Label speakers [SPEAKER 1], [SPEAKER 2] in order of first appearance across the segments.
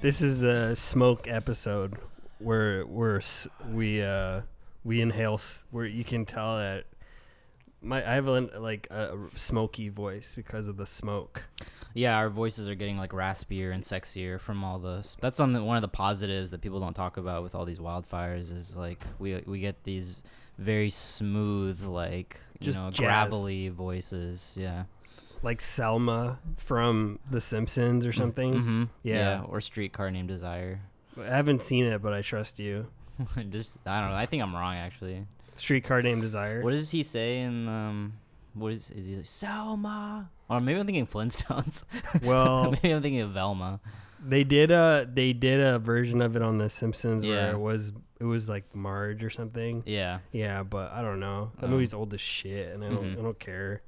[SPEAKER 1] This is a smoke episode where we're s- we uh we inhale s- where you can tell that my I have a, like a smoky voice because of the smoke.
[SPEAKER 2] Yeah, our voices are getting like raspier and sexier from all this. That's something one of the positives that people don't talk about with all these wildfires is like we we get these very smooth like you
[SPEAKER 1] Just
[SPEAKER 2] know
[SPEAKER 1] jazz.
[SPEAKER 2] gravelly voices. Yeah.
[SPEAKER 1] Like Selma from The Simpsons or something.
[SPEAKER 2] Mm-hmm.
[SPEAKER 1] Yeah.
[SPEAKER 2] Or streetcar named Desire.
[SPEAKER 1] I haven't seen it, but I trust you.
[SPEAKER 2] Just I don't know. I think I'm wrong actually.
[SPEAKER 1] Streetcar Named Desire.
[SPEAKER 2] What does he say in um? What is is he like Selma? Or maybe I'm thinking Flintstones.
[SPEAKER 1] Well-
[SPEAKER 2] maybe I'm thinking of Velma.
[SPEAKER 1] They did a they did a version of it on The Simpsons where
[SPEAKER 2] Yeah.
[SPEAKER 1] it was it was like Marge or something.
[SPEAKER 2] Yeah.
[SPEAKER 1] Yeah, but I don't know. That
[SPEAKER 2] Oh.
[SPEAKER 1] movie's old as shit, and I don't
[SPEAKER 2] Mhm.
[SPEAKER 1] I don't care.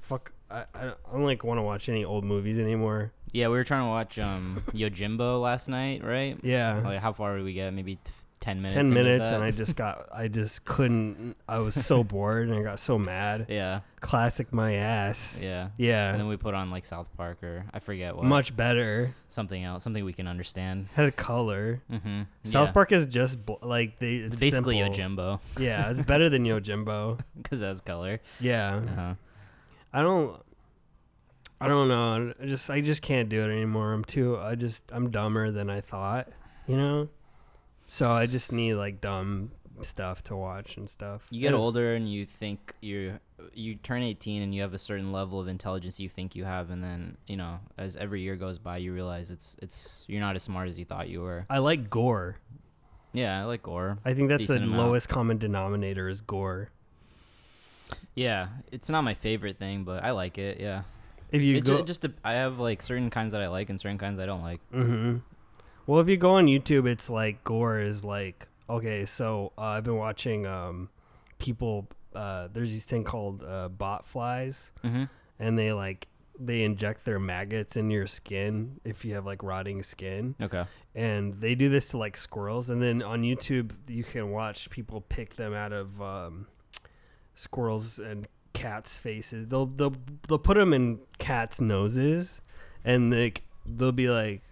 [SPEAKER 1] Fuck, I I don't, I don't like want to watch any old movies anymore.
[SPEAKER 2] Yeah, we were trying to watch um Yojimbo last night, right?
[SPEAKER 1] Yeah,
[SPEAKER 2] Like, Oh, how far did we get? Maybe t- ten minutes.
[SPEAKER 1] ten
[SPEAKER 2] into
[SPEAKER 1] minutes,
[SPEAKER 2] that?
[SPEAKER 1] and I just got I just couldn't. I was so bored, and I got so mad.
[SPEAKER 2] yeah,
[SPEAKER 1] Classic my ass.
[SPEAKER 2] yeah.
[SPEAKER 1] Yeah,
[SPEAKER 2] And then we put on like South Park or I forget what
[SPEAKER 1] much better.
[SPEAKER 2] something else, something we can understand.
[SPEAKER 1] Had a color.
[SPEAKER 2] Mm-hmm.
[SPEAKER 1] South Park is just bl- like they. It's,
[SPEAKER 2] It's basically
[SPEAKER 1] simple.
[SPEAKER 2] Yojimbo
[SPEAKER 1] Yeah, it's better than Yojimbo.
[SPEAKER 2] because that's color.
[SPEAKER 1] Yeah,
[SPEAKER 2] Uh-huh.
[SPEAKER 1] I don't. I don't know. I just I just can't do it anymore. I'm too. I just I'm dumber than I thought. You know. So I just need like dumb stuff to watch and stuff.
[SPEAKER 2] You get
[SPEAKER 1] And-
[SPEAKER 2] older and you think you you turn 18 and you have a certain level of intelligence you think you have, and then you know as every year goes by, you realize it's it's you're not as smart as you thought you were.
[SPEAKER 1] I like gore.
[SPEAKER 2] Yeah, I like gore.
[SPEAKER 1] I think that's
[SPEAKER 2] Decent
[SPEAKER 1] the
[SPEAKER 2] amount.
[SPEAKER 1] lowest common denominator is gore.
[SPEAKER 2] Yeah, it's not my favorite thing, but I like it. Yeah.
[SPEAKER 1] If you
[SPEAKER 2] It ju-
[SPEAKER 1] go,
[SPEAKER 2] it uh, just dep- I have like certain kinds that I like and certain kinds I don't like.
[SPEAKER 1] hmm Well, if you go on YouTube, it's like gore is like okay. So uh, I've been watching um, people. Uh, there's this thing called uh, bot flies,
[SPEAKER 2] Mm-hmm.
[SPEAKER 1] and they like they inject their maggots in your skin if you have like rotting skin,
[SPEAKER 2] Okay.
[SPEAKER 1] and they do this to like squirrels. And then on YouTube, you can watch people pick them out of um, squirrels and cats' faces. They'll they'll they'll put them in cats' noses, and like they'll be like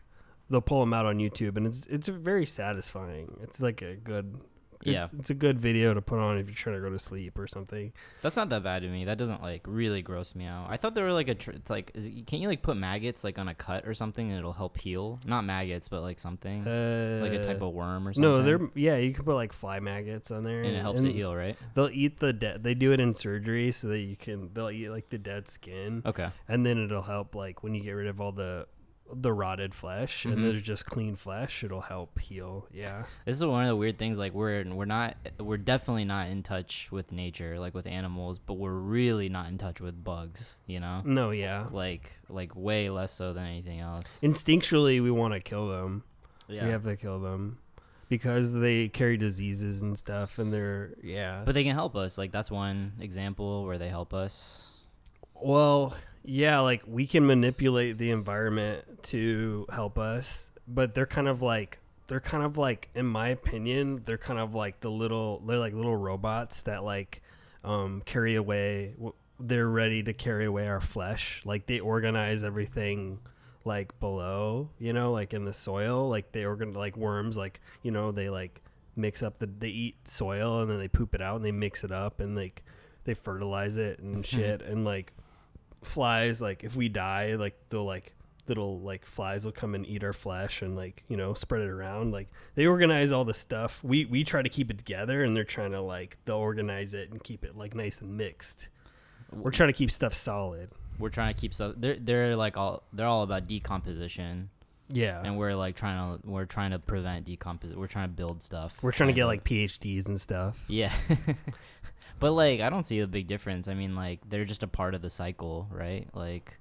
[SPEAKER 1] they'll pull them out on YouTube, and it's it's very satisfying. It's like a good. it's-
[SPEAKER 2] Yeah.
[SPEAKER 1] it's a good video to put on if you're trying to go to sleep or something.
[SPEAKER 2] That's not that bad to me. That doesn't like really gross me out. I thought there were like a tr- it's like is it, can't you like put maggots like on a cut or something and it'll help heal? Not maggots, but like something
[SPEAKER 1] Uh,
[SPEAKER 2] like a type of worm or something.
[SPEAKER 1] No, they're yeah. You can put like fly maggots on there,
[SPEAKER 2] and it helps it heal, right?
[SPEAKER 1] They'll eat the dead. They do it in surgery so that you can. They'll eat like the dead skin,
[SPEAKER 2] Okay.
[SPEAKER 1] and then it'll help like when you get rid of all the the rotted flesh,
[SPEAKER 2] Mhm.
[SPEAKER 1] and there's just clean flesh. It'll help heal. Yeah,
[SPEAKER 2] This is one of the weird things. Like we're we're not we're definitely not in touch with nature, like with animals, but we're really not in touch with bugs. You know,
[SPEAKER 1] no, yeah.
[SPEAKER 2] like like way less so than anything else.
[SPEAKER 1] Instinctually, we want to kill them.
[SPEAKER 2] Yeah.
[SPEAKER 1] We have to kill them because they carry diseases and stuff, and they're yeah.
[SPEAKER 2] But they can help us. Like that's one example where they help us.
[SPEAKER 1] Well, yeah, like we can manipulate the environment to help us, but they're kind of like they're kind of like in my opinion, they're kind of like the little they're like little robots that like um carry away w- they're ready to carry away our flesh. Like they organize everything like below, you know, like in the soil, like they organ like worms like, you know, they like mix up the they eat soil and then they poop it out and they mix it up and like they fertilize it and shit and like flies like if we die like they'll like little like flies will come and eat our flesh and like you know spread it around like they organize all the stuff we we try to keep it together and they're trying to like they'll organize it and keep it like nice and mixed we're trying to keep stuff solid
[SPEAKER 2] We're trying to keep stuff. They're they're like all they're all about decomposition,
[SPEAKER 1] yeah
[SPEAKER 2] and we're like trying to we're trying to prevent decomposition. We're trying to build stuff.
[SPEAKER 1] we're trying to
[SPEAKER 2] kind
[SPEAKER 1] get
[SPEAKER 2] of.
[SPEAKER 1] like phds and stuff
[SPEAKER 2] yeah. But like I don't see a big difference. I mean like they're just a part of the cycle, right? Like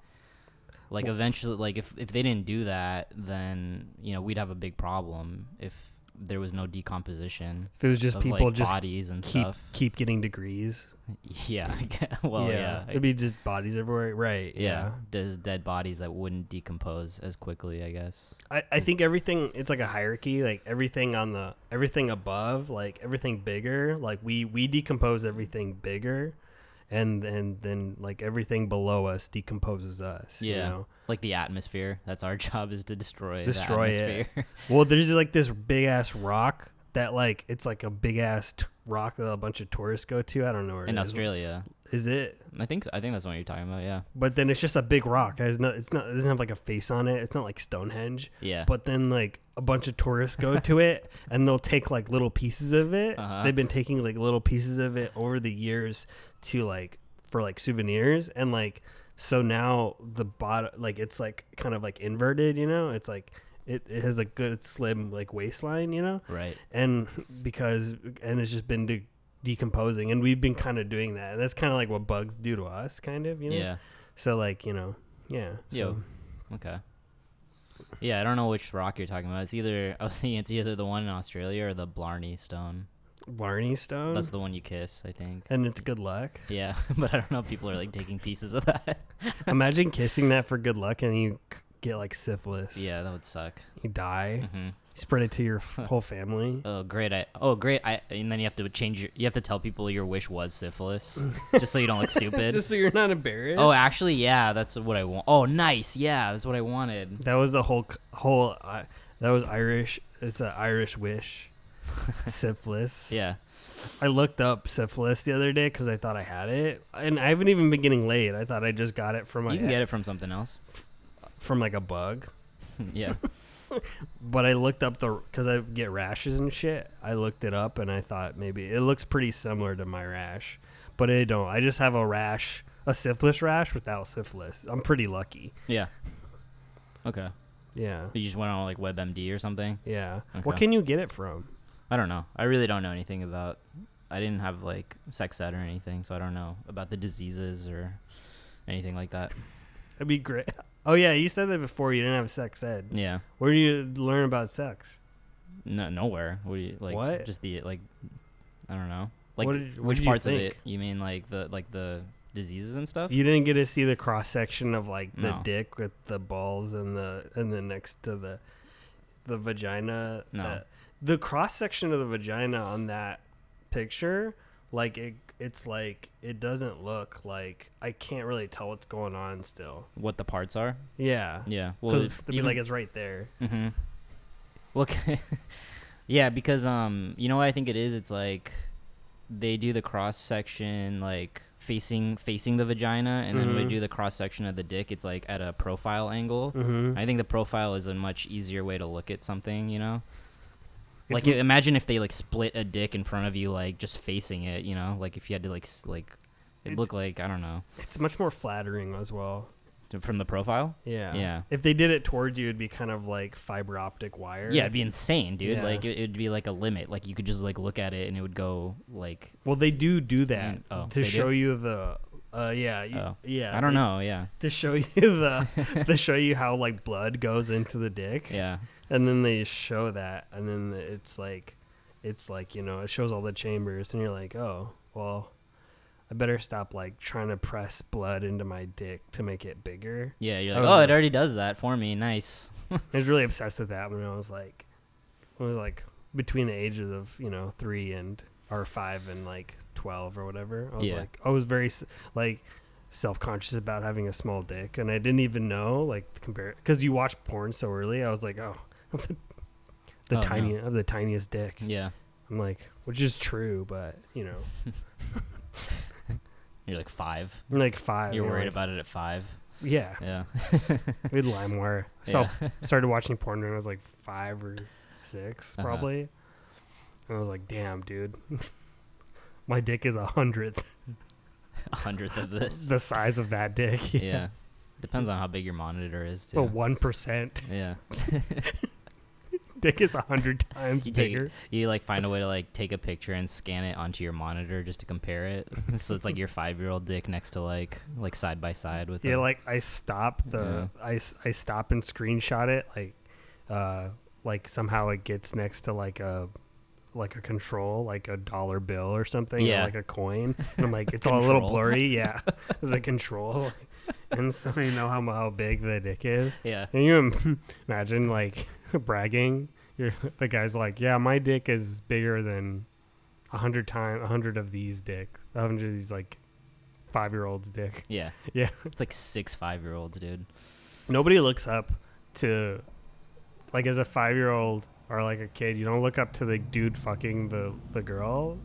[SPEAKER 2] like eventually like if if they didn't do that, then you know, we'd have a big problem if there was no decomposition
[SPEAKER 1] if it was just
[SPEAKER 2] of
[SPEAKER 1] people
[SPEAKER 2] like
[SPEAKER 1] just
[SPEAKER 2] bodies and
[SPEAKER 1] keep
[SPEAKER 2] stuff.
[SPEAKER 1] keep getting degrees
[SPEAKER 2] Yeah. I gue- well, yeah. I-
[SPEAKER 1] it'd be just bodies everywhere right
[SPEAKER 2] yeah. There's dead bodies that wouldn't decompose as quickly, I guess.
[SPEAKER 1] I, I think everything it's like a hierarchy like everything on the everything above like everything bigger like we we decompose everything bigger and and then like everything below us decomposes us. you
[SPEAKER 2] Yeah.
[SPEAKER 1] know?
[SPEAKER 2] like the atmosphere. That's our job is to destroy
[SPEAKER 1] Destroy
[SPEAKER 2] the
[SPEAKER 1] it.
[SPEAKER 2] atmosphere.
[SPEAKER 1] Well, there's like this big ass rock that like it's like a big ass t- rock that a bunch of tourists go to. I don't know where it
[SPEAKER 2] in
[SPEAKER 1] is.
[SPEAKER 2] Australia.
[SPEAKER 1] Is it?
[SPEAKER 2] I think so. I think that's what you're talking about. Yeah,
[SPEAKER 1] But then it's just a big rock. It's not. It's not. It doesn't have like a face on it. It's not like Stonehenge.
[SPEAKER 2] yeah.
[SPEAKER 1] But then like a bunch of tourists go to it and they'll take like little pieces of it.
[SPEAKER 2] Uh-huh.
[SPEAKER 1] They've been taking like little pieces of it over the years to like for like souvenirs and like so now the bottom like it's like kind of like inverted. You know, it's like it, it has a good slim like waistline. You know.
[SPEAKER 2] right.
[SPEAKER 1] and because and it's just been de- decomposing and we've been kind of doing that and that's kind of like what bugs do to us kind of you know
[SPEAKER 2] Yeah.
[SPEAKER 1] so like you know yeah
[SPEAKER 2] Yeah.
[SPEAKER 1] so-
[SPEAKER 2] Okay. Yeah, I don't know which rock you're talking about. It's either I was thinking it's either the one in Australia or the Blarney Stone.
[SPEAKER 1] Varney stone
[SPEAKER 2] That's the one you kiss, I think.
[SPEAKER 1] and it's good luck
[SPEAKER 2] Yeah, but I don't know if people are like taking pieces of that.
[SPEAKER 1] imagine kissing that for good luck and you c- get like syphilis
[SPEAKER 2] yeah, that would suck.
[SPEAKER 1] you die
[SPEAKER 2] hmm
[SPEAKER 1] spread it to your f- whole family
[SPEAKER 2] Oh great! I oh great! I and then you have to change. Your, you have to tell people your wish was syphilis, just so you don't look stupid.
[SPEAKER 1] so you're not embarrassed
[SPEAKER 2] oh, actually, yeah, that's what I want. Oh, nice. Yeah, that's what I wanted.
[SPEAKER 1] that was the whole c- whole uh, that was irish it's an irish wish syphilis
[SPEAKER 2] Yeah.
[SPEAKER 1] I looked up syphilis the other day because I thought I had it, and I haven't even been getting laid. I thought I just got it from a,
[SPEAKER 2] You can get it from something else.
[SPEAKER 1] from like a bug.
[SPEAKER 2] yeah.
[SPEAKER 1] But I looked up the because I get rashes and shit. I looked it up and I thought maybe it looks pretty similar to my rash, but I don't. I just have a rash, a syphilis rash without syphilis. I'm pretty lucky.
[SPEAKER 2] Yeah. Okay.
[SPEAKER 1] Yeah,
[SPEAKER 2] You just went on like WebMD or something?
[SPEAKER 1] yeah. What
[SPEAKER 2] Okay.
[SPEAKER 1] can you get it from?
[SPEAKER 2] I don't know. I really don't know anything about. I didn't have like sex ed or anything, so I don't know about the diseases or anything like that.
[SPEAKER 1] That'd be great. Oh yeah, you said that before. You didn't have sex ed.
[SPEAKER 2] Yeah.
[SPEAKER 1] Where do you learn about sex?
[SPEAKER 2] No, nowhere. What do you like?
[SPEAKER 1] What?
[SPEAKER 2] Just the like. I don't know. Like
[SPEAKER 1] What did- what
[SPEAKER 2] which
[SPEAKER 1] did you
[SPEAKER 2] parts of
[SPEAKER 1] think?
[SPEAKER 2] it? You mean like the like the diseases and stuff?
[SPEAKER 1] You didn't get to see the cross section of like the
[SPEAKER 2] No.
[SPEAKER 1] dick with the balls and the and the next to the the vagina.
[SPEAKER 2] No.
[SPEAKER 1] that- the cross section of the vagina on that picture, like it, it's like it doesn't look like I can't really tell what's going on still.
[SPEAKER 2] What the parts are?
[SPEAKER 1] Yeah,
[SPEAKER 2] Yeah. Well,
[SPEAKER 1] because
[SPEAKER 2] if
[SPEAKER 1] be
[SPEAKER 2] even-
[SPEAKER 1] like it's right there.
[SPEAKER 2] Mm-hmm. Well, c- yeah, because um, you know what I think it is. It's like they do the cross section like facing facing the vagina, and then
[SPEAKER 1] Mhm.
[SPEAKER 2] we do the cross section of the dick. It's like at a profile angle.
[SPEAKER 1] Mm-hmm.
[SPEAKER 2] I think the profile is a much easier way to look at something. You know,
[SPEAKER 1] It's
[SPEAKER 2] like
[SPEAKER 1] m-
[SPEAKER 2] i- imagine if they like split a dick in front of you, like just facing it. You know, like if you had to like s- like it
[SPEAKER 1] It-
[SPEAKER 2] looked like I don't know
[SPEAKER 1] It's much more flattering as well.
[SPEAKER 2] t- from the profile.
[SPEAKER 1] Yeah.
[SPEAKER 2] Yeah.
[SPEAKER 1] If they did it towards you, it'd be kind of like fiber optic wire.
[SPEAKER 2] Yeah, it'd be insane, dude.
[SPEAKER 1] Yeah.
[SPEAKER 2] Like it, it'd be like a limit. Like you could just like look at it and it would go like
[SPEAKER 1] Well, they do do that
[SPEAKER 2] Mm, oh,
[SPEAKER 1] to
[SPEAKER 2] they do?
[SPEAKER 1] show you the. Uh, yeah, you-
[SPEAKER 2] Oh.
[SPEAKER 1] yeah.
[SPEAKER 2] I don't
[SPEAKER 1] they-
[SPEAKER 2] know. Yeah,
[SPEAKER 1] to show you the to show you how like blood goes into the dick,
[SPEAKER 2] yeah,
[SPEAKER 1] and then they show that, and then it's like, it's like you know, it shows all the chambers, and you're like, oh, well, I better stop like trying to press blood into my dick to make it bigger.
[SPEAKER 2] yeah. You're
[SPEAKER 1] I
[SPEAKER 2] like,
[SPEAKER 1] was
[SPEAKER 2] oh, it
[SPEAKER 1] like-
[SPEAKER 2] already does that for me. Nice.
[SPEAKER 1] I was really obsessed with that when I was like, I was like between the ages of you know three and or five and like twelve or whatever. I was
[SPEAKER 2] Yeah.
[SPEAKER 1] like, I was very s- like self conscious about having a small dick, and I didn't even know like compare because you watch porn so early. I was like, oh, I'm the, the
[SPEAKER 2] Oh, no.
[SPEAKER 1] tiny of the tiniest dick.
[SPEAKER 2] Yeah.
[SPEAKER 1] I'm like, which is true, but you know,
[SPEAKER 2] You're like five.
[SPEAKER 1] I'm like five.
[SPEAKER 2] You're
[SPEAKER 1] you know,
[SPEAKER 2] worried
[SPEAKER 1] like-
[SPEAKER 2] about it at five.
[SPEAKER 1] Yeah,
[SPEAKER 2] Yeah.
[SPEAKER 1] we had LimeWire. So
[SPEAKER 2] yeah.
[SPEAKER 1] started watching porn when I was like five or six,
[SPEAKER 2] Uh-huh.
[SPEAKER 1] probably. And I was like, damn, dude. My dick is a hundredth
[SPEAKER 2] a hundredth of this.
[SPEAKER 1] the size of that dick.
[SPEAKER 2] yeah. Depends on how big your monitor is too.
[SPEAKER 1] Well, one percent.
[SPEAKER 2] yeah.
[SPEAKER 1] Dick is a hundred times
[SPEAKER 2] You take it-
[SPEAKER 1] bigger.
[SPEAKER 2] You like find a way to like take a picture and scan it onto your monitor just to compare it. so it's like your five year old dick next to like like side by side with
[SPEAKER 1] Yeah,
[SPEAKER 2] a-
[SPEAKER 1] like I stop the I, s- I stop and screenshot it like uh like somehow it gets next to like a like a control, like a dollar bill or something, or
[SPEAKER 2] Yeah.
[SPEAKER 1] like a coin. And I'm like, it's all a little
[SPEAKER 2] Control.
[SPEAKER 1] blurry, yeah. It's a control. And so you know how how big the dick is.
[SPEAKER 2] yeah.
[SPEAKER 1] Can you im- imagine like bragging? You're, the guy's like, "Yeah, my dick is bigger than a hundred times a hundred of these dicks, a hundred of these like five year old's dick.
[SPEAKER 2] Yeah.
[SPEAKER 1] Yeah.
[SPEAKER 2] It's like six five year olds, dude.
[SPEAKER 1] Nobody looks up to, like, as a five year old or like a kid, you don't look up to the dude fucking the the girl,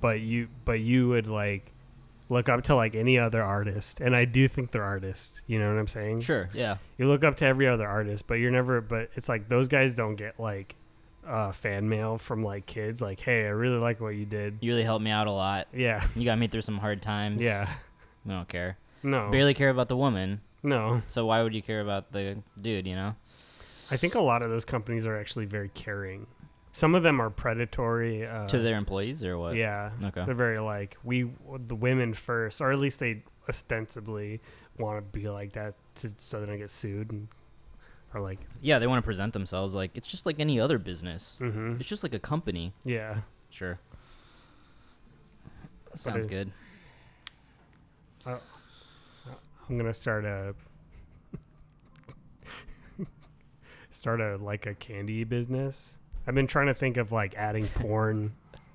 [SPEAKER 1] but you but you would like look up to like any other artist, and I do think they're artists. You know what I'm saying?
[SPEAKER 2] Sure. Yeah.
[SPEAKER 1] you look up to every other artist, but you're never. But it's like those guys don't get like uh, fan mail from like kids, like, "Hey, I really like what you did."
[SPEAKER 2] You really helped me out a lot.
[SPEAKER 1] Yeah,
[SPEAKER 2] You got me through some hard times.
[SPEAKER 1] yeah, Oh.
[SPEAKER 2] We don't care.
[SPEAKER 1] no,
[SPEAKER 2] Barely care about the woman.
[SPEAKER 1] no.
[SPEAKER 2] So why would you care about the dude, you know?
[SPEAKER 1] I think a lot of those companies are actually very caring. Some of them are predatory. Uh,
[SPEAKER 2] to their employees or what?
[SPEAKER 1] yeah,
[SPEAKER 2] Okay.
[SPEAKER 1] they're very like we the women first, or at least they ostensibly want to be like that, to, so they don't get sued, and, or like,
[SPEAKER 2] Yeah, they want to present themselves like it's just like any other business.
[SPEAKER 1] mm-hmm.
[SPEAKER 2] It's just like a company.
[SPEAKER 1] yeah.
[SPEAKER 2] Sure. Sounds
[SPEAKER 1] it-
[SPEAKER 2] good.
[SPEAKER 1] I'm gonna start a start a like a candy business. I've been trying to think of like adding porn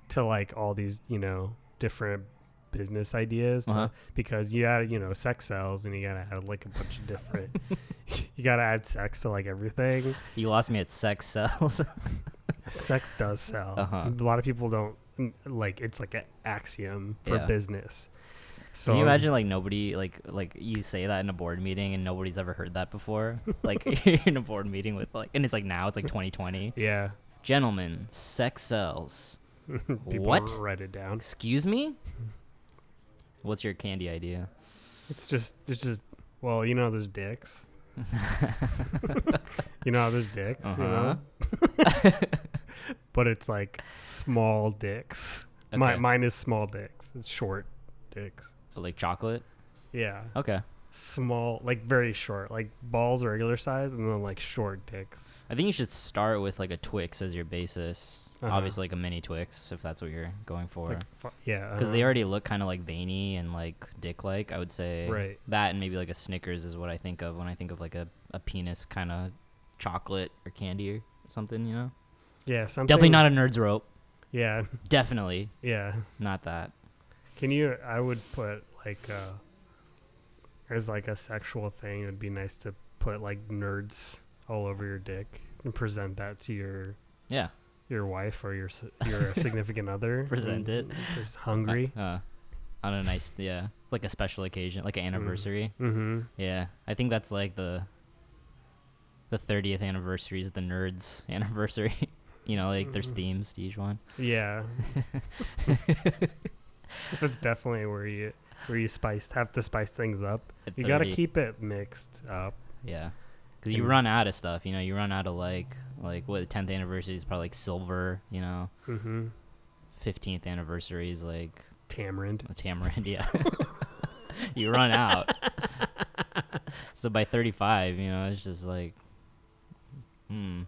[SPEAKER 1] to like all these you know different business ideas
[SPEAKER 2] Uh-huh.
[SPEAKER 1] uh, because you gotta you know sex sells and you gotta add like a bunch of different you gotta add sex to like everything.
[SPEAKER 2] You lost me at sex cells.
[SPEAKER 1] Sex does sell.
[SPEAKER 2] Uh-huh.
[SPEAKER 1] A lot of people don't mm, like it's like an axiom for
[SPEAKER 2] Yeah.
[SPEAKER 1] business. So
[SPEAKER 2] Can you
[SPEAKER 1] I'm-
[SPEAKER 2] imagine like nobody like like you say that in a board meeting and nobody's ever heard that before? Like you're in a board meeting with like and it's like now it's like 2020.
[SPEAKER 1] Yeah.
[SPEAKER 2] Gentlemen, sex sells.
[SPEAKER 1] People
[SPEAKER 2] What?
[SPEAKER 1] Write it down.
[SPEAKER 2] Excuse me? What's your candy idea?
[SPEAKER 1] It's just, it's just, well, you know, there's dicks. you know, how there's dicks, you know?
[SPEAKER 2] Uh-huh.
[SPEAKER 1] but it's like small dicks. My,
[SPEAKER 2] Okay.
[SPEAKER 1] mine is small dicks. It's short dicks.
[SPEAKER 2] Like chocolate?
[SPEAKER 1] Yeah.
[SPEAKER 2] Okay.
[SPEAKER 1] Small, like very short, like balls are regular size, and then like short dicks.
[SPEAKER 2] I think you should start with like a Twix as your basis.
[SPEAKER 1] Uh-huh.
[SPEAKER 2] Obviously, like a mini Twix if that's what you're going for.
[SPEAKER 1] Like, fu- yeah.
[SPEAKER 2] Because
[SPEAKER 1] uh,
[SPEAKER 2] they already look kind of like veiny and like dick like. I would say
[SPEAKER 1] Right.
[SPEAKER 2] that and maybe like a Snickers is what I think of when I think of like a, a penis kind of chocolate or candy or something, you know?
[SPEAKER 1] Yeah, something.
[SPEAKER 2] Definitely not a nerd's rope.
[SPEAKER 1] Yeah,
[SPEAKER 2] Definitely
[SPEAKER 1] yeah.
[SPEAKER 2] not that.
[SPEAKER 1] Can you? I would put like uh as like a sexual thing. It would be nice to put like nerds all over your dick and present that to your
[SPEAKER 2] Yeah.
[SPEAKER 1] your wife or your s- your significant other.
[SPEAKER 2] Present
[SPEAKER 1] and
[SPEAKER 2] it.
[SPEAKER 1] if They're s- hungry.
[SPEAKER 2] Uh, on a nice, yeah. Like a special occasion, like an
[SPEAKER 1] Mm.
[SPEAKER 2] anniversary.
[SPEAKER 1] Mm-hmm.
[SPEAKER 2] Yeah, I think that's like the the thirtieth anniversary is the nerds anniversary. you know, like there's
[SPEAKER 1] Mhm.
[SPEAKER 2] themes to each one.
[SPEAKER 1] Yeah, that's definitely where you where you spice have to spice things up.
[SPEAKER 2] At
[SPEAKER 1] You got to
[SPEAKER 2] 30,
[SPEAKER 1] keep it mixed up.
[SPEAKER 2] yeah, because you
[SPEAKER 1] and-
[SPEAKER 2] run out of stuff. You know, you run out of like like what the tenth anniversary is probably like silver. You know,
[SPEAKER 1] Mm-hmm.
[SPEAKER 2] fifteenth anniversary is like
[SPEAKER 1] Tamarind.
[SPEAKER 2] a tamarind. Yeah, you run out. so by thirty five, you know, it's just like, hmm,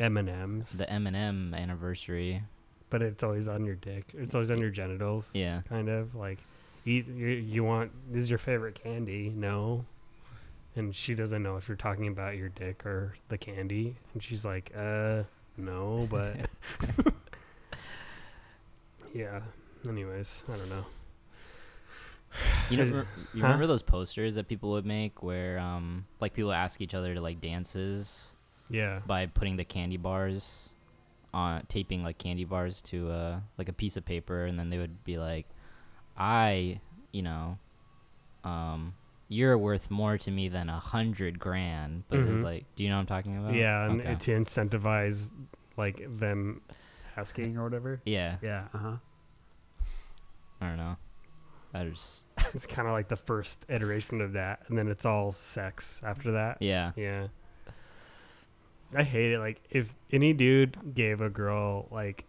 [SPEAKER 1] M and M's.
[SPEAKER 2] the M and M anniversary.
[SPEAKER 1] But it's always on your dick. It's always on your genitals.
[SPEAKER 2] Yeah.
[SPEAKER 1] kind of like eat you, you want this is your favorite candy no and she doesn't know if you're talking about your dick or the candy and she's like uh no but yeah anyways i don't know
[SPEAKER 2] You know,
[SPEAKER 1] Is-
[SPEAKER 2] remember- you
[SPEAKER 1] huh?
[SPEAKER 2] remember those posters that people would make where, um, like people ask each other to like dances
[SPEAKER 1] yeah
[SPEAKER 2] by putting the candy bars on taping like candy bars to uh like a piece of paper, and then they would be like, "I, you know, um, you're worth more to me than a hundred grand." But
[SPEAKER 1] Mhm.
[SPEAKER 2] it's like, do you know what I'm talking about?
[SPEAKER 1] yeah and
[SPEAKER 2] Okay.
[SPEAKER 1] to incentivize like them asking or whatever
[SPEAKER 2] yeah.
[SPEAKER 1] yeah uh-huh
[SPEAKER 2] I don't know. I just
[SPEAKER 1] it's kind of like the first iteration of that and then it's all sex after that
[SPEAKER 2] yeah.
[SPEAKER 1] Yeah. I hate it. Like if any dude gave a girl like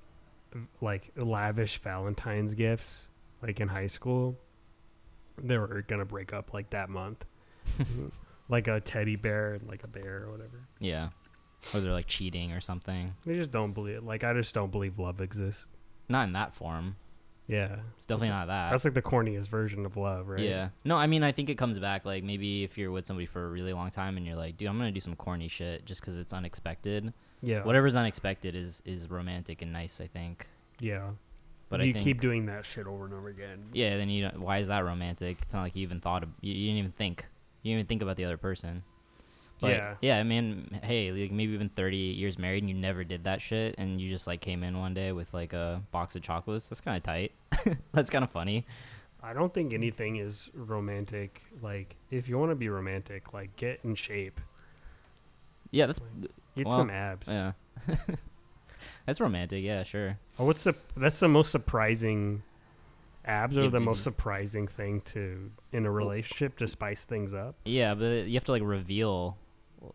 [SPEAKER 1] v- like lavish Valentine's gifts, like in high school, they were gonna break up like that month. like a teddy bear and like a bear or whatever.
[SPEAKER 2] Yeah. Or they're like cheating or something.
[SPEAKER 1] They just don't believe like I just don't believe love exists.
[SPEAKER 2] Not in that form.
[SPEAKER 1] Yeah.
[SPEAKER 2] It's definitely not that.
[SPEAKER 1] That's like the corniest version of love, right?
[SPEAKER 2] Yeah. No, I mean, I think it comes back. Like, maybe if you're with somebody for a really long time and you're like, dude, I'm going to do some corny shit just because it's unexpected.
[SPEAKER 1] Yeah.
[SPEAKER 2] Whatever's unexpected is, is romantic and nice, I think.
[SPEAKER 1] Yeah.
[SPEAKER 2] But
[SPEAKER 1] you
[SPEAKER 2] I think
[SPEAKER 1] keep doing that shit over and over again.
[SPEAKER 2] yeah, then you don't, why is that romantic? It's not like you even thought of, you, you didn't even think. You didn't even think about the other person. But
[SPEAKER 1] Yeah.
[SPEAKER 2] yeah. I mean, hey, like maybe you've been 30 years married and you never did that shit and you just like came in one day with like a box of chocolates. That's kind of tight. That's kind of funny.
[SPEAKER 1] I don't think anything is romantic. Like, if you want to be romantic, like get in shape,
[SPEAKER 2] Yeah, that's
[SPEAKER 1] get
[SPEAKER 2] Well,
[SPEAKER 1] some abs.
[SPEAKER 2] yeah. that's romantic. Yeah, sure.
[SPEAKER 1] Oh, what's the? That's the most surprising. Abs are
[SPEAKER 2] If
[SPEAKER 1] the
[SPEAKER 2] you-
[SPEAKER 1] most surprising thing to in a relationship to spice things up.
[SPEAKER 2] Yeah, but you have to like reveal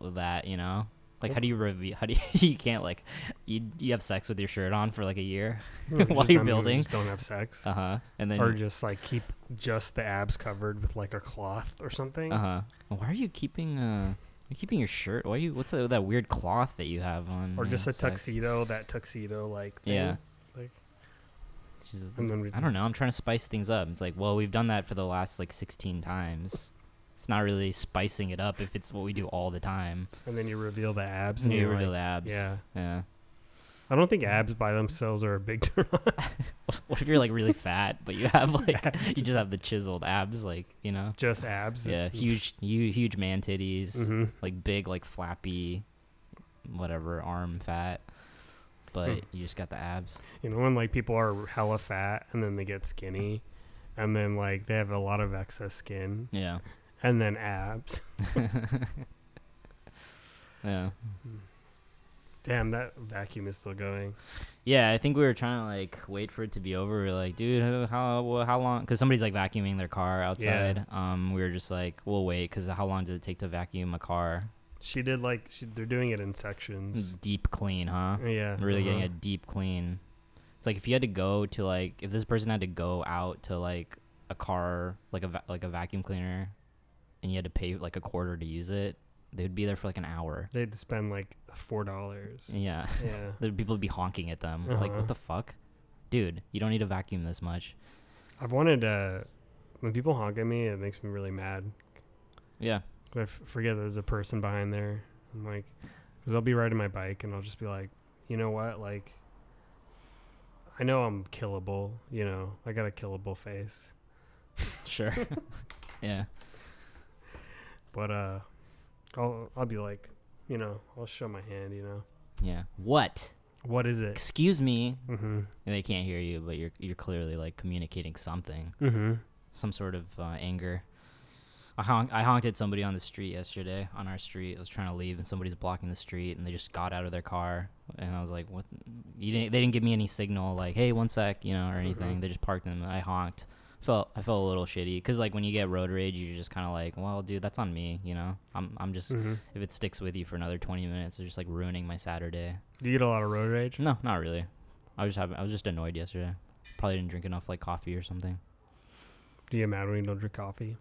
[SPEAKER 2] that, you know? Like how do you reveal how do you, you can't like you you have sex with your shirt on for like a year?
[SPEAKER 1] You know,
[SPEAKER 2] While
[SPEAKER 1] just-
[SPEAKER 2] you're
[SPEAKER 1] I mean,
[SPEAKER 2] building.
[SPEAKER 1] just don't have sex,
[SPEAKER 2] Uh-huh. And then
[SPEAKER 1] or just like keep just the abs covered with like a cloth or something.
[SPEAKER 2] Uh-huh. Why are you keeping uh you keeping your shirt? Why you what's that, that weird cloth that you have on?
[SPEAKER 1] or
[SPEAKER 2] uh,
[SPEAKER 1] just a
[SPEAKER 2] sex?
[SPEAKER 1] tuxedo, that tuxedo like thing.
[SPEAKER 2] Yeah.
[SPEAKER 1] like-
[SPEAKER 2] It's just-
[SPEAKER 1] And then we-
[SPEAKER 2] I don't know. I'm trying to spice things up. It's like, well, we've done that for the last like 16 times. It's not really spicing it up if it's what we do all the time.
[SPEAKER 1] and then you reveal the abs.
[SPEAKER 2] New
[SPEAKER 1] and you're
[SPEAKER 2] real
[SPEAKER 1] like,
[SPEAKER 2] abs.
[SPEAKER 1] Yeah,
[SPEAKER 2] Yeah.
[SPEAKER 1] I don't think abs by themselves are a big turn.
[SPEAKER 2] What if you're like really fat, but you have like you just have the chiseled abs, like you know?
[SPEAKER 1] just abs.
[SPEAKER 2] Yeah, huge, huge, huge man titties,
[SPEAKER 1] hmm
[SPEAKER 2] like big, like flappy, whatever arm fat. But you just got the abs.
[SPEAKER 1] You know when like people are hella fat and then they get skinny, and then like they have a lot of excess skin
[SPEAKER 2] Yeah.
[SPEAKER 1] and then abs.
[SPEAKER 2] yeah.
[SPEAKER 1] Damn, that vacuum is still going.
[SPEAKER 2] Yeah, I think we were trying to like wait for it to be over. We were like, dude, how how, wha- how long? Because somebody's like vacuuming their car outside. Um, we were just like, we'll wait because how long does it take to vacuum a car?
[SPEAKER 1] She did like she, they're doing it in sections.
[SPEAKER 2] Deep clean, huh?
[SPEAKER 1] Yeah,
[SPEAKER 2] I'm Hmm. really getting
[SPEAKER 1] uh-huh.
[SPEAKER 2] a deep clean. It's like if you had to go to like if this person had to go out to like a car like a va- like a vacuum cleaner, and you had to pay like a quarter to use it, they would be there for like an hour.
[SPEAKER 1] They'd spend like four dollars.
[SPEAKER 2] Yeah,
[SPEAKER 1] Yeah.
[SPEAKER 2] the people would be honking at them like,
[SPEAKER 1] Uh-huh.
[SPEAKER 2] what the fuck, dude? You don't need to vacuum this much.
[SPEAKER 1] I've wanted to. When people honk at me, it makes me really mad.
[SPEAKER 2] Yeah,
[SPEAKER 1] I f- forget there's a person behind there. I'm like, because I'll be riding my bike and I'll just be like, you know what? Like, I know I'm killable. You know, I got a killable face.
[SPEAKER 2] sure. yeah,
[SPEAKER 1] But uh, I'll I'll be like, you know, I'll show my hand. You know,
[SPEAKER 2] yeah. What?
[SPEAKER 1] what is it?
[SPEAKER 2] Excuse me.
[SPEAKER 1] Mm-hmm.
[SPEAKER 2] And they can't hear you, but you're you're clearly like communicating something.
[SPEAKER 1] Mm-hmm.
[SPEAKER 2] some sort of uh, anger. I, honk, I honked at somebody on the street yesterday on our street. I was trying to leave, and somebody's blocking the street, and they just got out of their car, and I was like, "What? You didn't? They didn't give me any signal, like, hey, one sec, you know, or anything. They just parked, and I honked. felt I felt a little shitty because like when you get road rage, you're just kind of like, well, dude, that's on me, you know. I'm I'm just
[SPEAKER 1] Mm-hmm.
[SPEAKER 2] if it sticks with you for another 20 minutes, it's just like ruining my Saturday.
[SPEAKER 1] Do you get a lot of road rage?
[SPEAKER 2] No, not really. I was just having, I was just annoyed yesterday. Probably didn't drink enough like coffee or something.
[SPEAKER 1] Do you get mad when you don't drink coffee?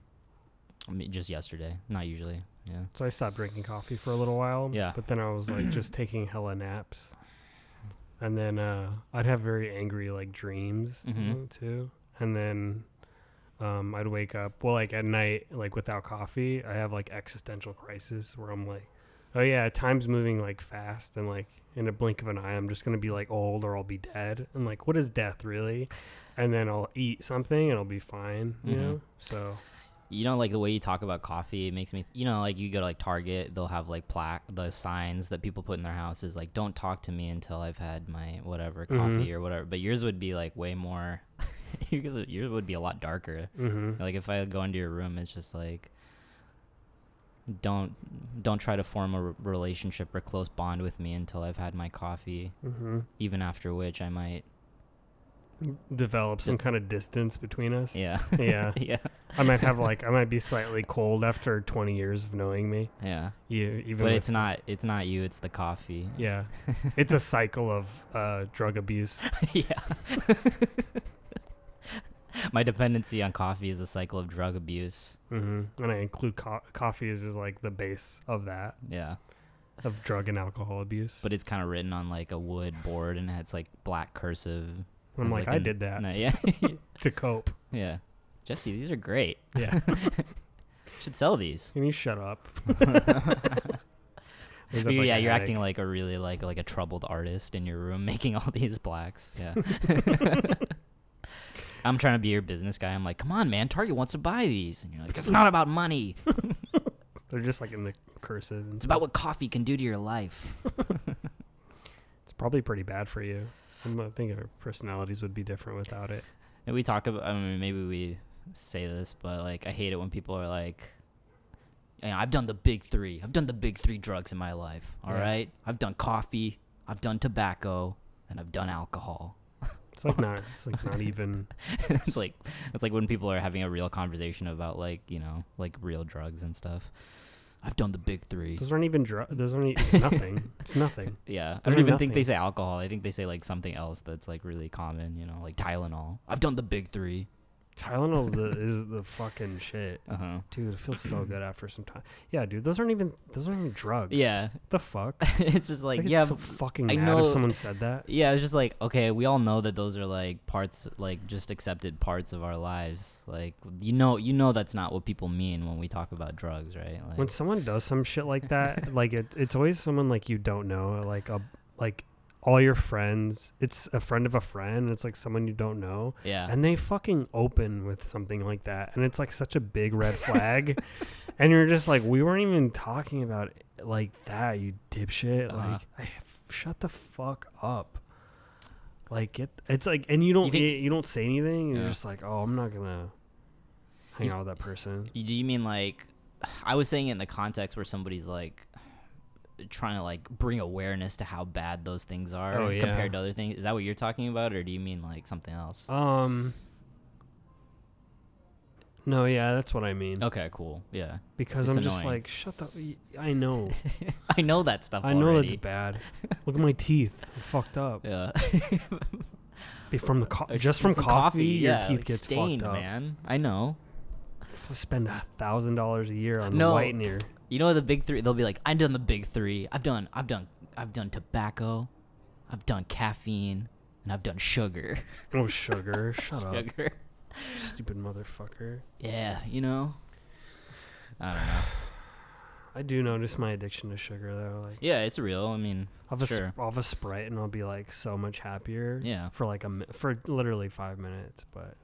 [SPEAKER 2] I mean, just yesterday, not usually. Yeah.
[SPEAKER 1] So I stopped drinking coffee for a little while.
[SPEAKER 2] Yeah.
[SPEAKER 1] But then I was like just taking hella naps. And then uh, I'd have very angry like dreams
[SPEAKER 2] Mhm.
[SPEAKER 1] uh, too. And then um, I'd wake up. Well, like at night, like without coffee, I have like existential crisis where I'm like, oh yeah, time's moving like fast and like in a blink of an eye, I'm just gonna be like old or I'll be dead. And like, what is death really? And then I'll eat something and I'll be fine. You
[SPEAKER 2] Mhm.
[SPEAKER 1] know. So
[SPEAKER 2] You know, like the way you talk about coffee, it makes me, you know, like you go to like Target, they'll have like plaque, the signs that people put in their houses, like, don't talk to me until I've had my whatever coffee
[SPEAKER 1] Mhm.
[SPEAKER 2] or whatever. But yours would be like way more, yours would- yours would be a lot darker.
[SPEAKER 1] hmm
[SPEAKER 2] Like if I go into your room, it's just like, don't don't try to form a re- relationship or close bond with me until I've had my coffee.
[SPEAKER 1] hmm
[SPEAKER 2] Even after which I might,
[SPEAKER 1] develop some
[SPEAKER 2] Yep.
[SPEAKER 1] kind of distance between us.
[SPEAKER 2] yeah,
[SPEAKER 1] Yeah.
[SPEAKER 2] yeah,
[SPEAKER 1] I might have like I might be slightly cold after 20 years of knowing me.
[SPEAKER 2] yeah.
[SPEAKER 1] You even
[SPEAKER 2] But
[SPEAKER 1] with-
[SPEAKER 2] it's not it's not you. It's the coffee.
[SPEAKER 1] yeah, it's a cycle of uh, drug abuse.
[SPEAKER 2] yeah. My dependency on coffee is a cycle of drug abuse.
[SPEAKER 1] hmm And I include co- coffee as is like the base of that
[SPEAKER 2] Yeah.
[SPEAKER 1] of drug and alcohol abuse.
[SPEAKER 2] But it's kind of written on like a wood board and it's like black cursive.
[SPEAKER 1] And I'm
[SPEAKER 2] It's
[SPEAKER 1] like,
[SPEAKER 2] like
[SPEAKER 1] I
[SPEAKER 2] an-
[SPEAKER 1] did that
[SPEAKER 2] No, yeah.
[SPEAKER 1] to cope.
[SPEAKER 2] yeah. Jesse, these are great.
[SPEAKER 1] Yeah,
[SPEAKER 2] Should sell these.
[SPEAKER 1] can you shut up? Was up
[SPEAKER 2] You- yeah,
[SPEAKER 1] like a
[SPEAKER 2] you're
[SPEAKER 1] headache.
[SPEAKER 2] acting like a really like like a troubled artist in your room making all these blacks. Yeah. I'm trying to be your business guy. I'm like, come on, man, Target wants to buy these, and you're like, it's not about money.
[SPEAKER 1] They're just like in the cursive. And
[SPEAKER 2] It's about what coffee can do to your life.
[SPEAKER 1] It's probably pretty bad for you. I'm not thinking our personalities would be different without it.
[SPEAKER 2] And we talk about. I mean, maybe we say this, but like, I hate it when people are like, you know, I've done the big three. I've done the big three drugs in my life. All
[SPEAKER 1] Yeah.
[SPEAKER 2] I've done coffee. I've done tobacco, and I've done alcohol.
[SPEAKER 1] It's like not. It's like not even.
[SPEAKER 2] it's like it's like when people are having a real conversation about like you know like real drugs and stuff. I've done the big three.
[SPEAKER 1] Those aren't even. Dr- those aren't. e- It's nothing. It's nothing.
[SPEAKER 2] Yeah, I
[SPEAKER 1] Those
[SPEAKER 2] don't
[SPEAKER 1] are
[SPEAKER 2] even think they
[SPEAKER 1] nothing.
[SPEAKER 2] say alcohol. I think they say like something else that's like really common. You know, like Tylenol. I've done the big three.
[SPEAKER 1] Tylenol's the is the fucking shit,
[SPEAKER 2] Uh huh.
[SPEAKER 1] dude. It feels so good after some time. Yeah, dude. Those aren't even. Those aren't even drugs.
[SPEAKER 2] Yeah,
[SPEAKER 1] What the fuck.
[SPEAKER 2] it's just like
[SPEAKER 1] Like,
[SPEAKER 2] yeah,
[SPEAKER 1] yeah, so
[SPEAKER 2] b-
[SPEAKER 1] fucking
[SPEAKER 2] I
[SPEAKER 1] mad
[SPEAKER 2] know-
[SPEAKER 1] if someone said that.
[SPEAKER 2] yeah. It's just like okay, we all know that those are like parts, like just accepted parts of our lives. Like you know, you know that's not what people mean when we talk about drugs, right? Like,
[SPEAKER 1] When someone does some shit like that, like it, it's always someone like you don't know, like a like all your friends. It's a friend of a friend. And it's like someone you don't know,
[SPEAKER 2] yeah,
[SPEAKER 1] and they fucking open with something like that, and it's like such a big red flag. and you're just like, we weren't even talking about it like that, you dipshit.
[SPEAKER 2] Uh-huh.
[SPEAKER 1] Like, I, shut the fuck up. Like it, it's like, and you don't
[SPEAKER 2] think-
[SPEAKER 1] you, you don't say anything. You're
[SPEAKER 2] Yeah.
[SPEAKER 1] just like, oh, I'm not gonna hang out with that person.
[SPEAKER 2] You- Do you mean like I was saying it in the context where somebody's like trying to like bring awareness to how bad those things are
[SPEAKER 1] Oh, yeah.
[SPEAKER 2] compared to other things? Is that what you're talking about, or do you mean like something else?
[SPEAKER 1] Um. No, yeah, that's what I mean.
[SPEAKER 2] Okay, cool. Yeah,
[SPEAKER 1] because I'm
[SPEAKER 2] Oh, it's
[SPEAKER 1] just
[SPEAKER 2] annoying.
[SPEAKER 1] like, shut the. y- I know,
[SPEAKER 2] I know that stuff.
[SPEAKER 1] I know
[SPEAKER 2] already.
[SPEAKER 1] that's bad. Look at my teeth, I'm fucked up.
[SPEAKER 2] Yeah,
[SPEAKER 1] Be From the co-
[SPEAKER 2] Or
[SPEAKER 1] just
[SPEAKER 2] st-
[SPEAKER 1] from coffee,
[SPEAKER 2] yeah,
[SPEAKER 1] your teeth
[SPEAKER 2] like
[SPEAKER 1] gets
[SPEAKER 2] stained,
[SPEAKER 1] fucked up.
[SPEAKER 2] man. I know.
[SPEAKER 1] F- Spend a thousand dollars a year on
[SPEAKER 2] No.
[SPEAKER 1] whitener.
[SPEAKER 2] You know the big three. They'll be like, I've done the big three. I've done, I've done, I've done tobacco, I've done caffeine, and I've done sugar.
[SPEAKER 1] Oh, sugar, shut up,
[SPEAKER 2] Sugar.
[SPEAKER 1] stupid motherfucker.
[SPEAKER 2] Yeah, you know. I don't know.
[SPEAKER 1] I do notice my addiction to sugar though. Like,
[SPEAKER 2] Yeah, it's real. I mean,
[SPEAKER 1] I'll have, a
[SPEAKER 2] Sure.
[SPEAKER 1] sp- I'll have a sprite and I'll be like so much happier.
[SPEAKER 2] Yeah.
[SPEAKER 1] For like a mi- for literally five minutes, but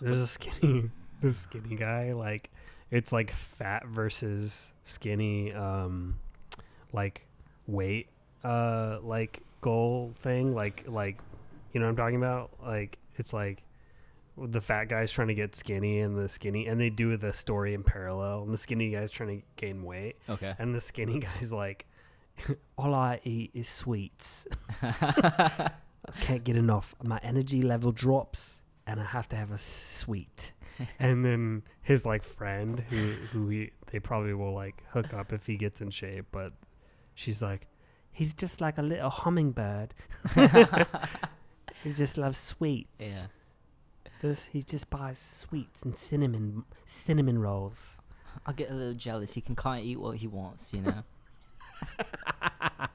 [SPEAKER 1] there's a skinny this skinny guy like it's like fat versus skinny um like weight uh like goal thing like like you know what I'm talking about like it's like the fat guy's trying to get skinny and the skinny and they do the story in parallel and the skinny guy's trying to gain weight
[SPEAKER 2] okay.
[SPEAKER 1] and the skinny guy's like, all I eat is sweets. I can't get enough. My energy level drops, and I have to have a sweet. and then his like friend, who who he, they probably will like hook up if he gets in shape, but she's like, he's just like a little hummingbird. he just loves sweets.
[SPEAKER 2] Yeah.
[SPEAKER 1] This, he just buys sweets and cinnamon cinnamon rolls.
[SPEAKER 2] I get a little jealous. He can kind of eat what he wants, you know.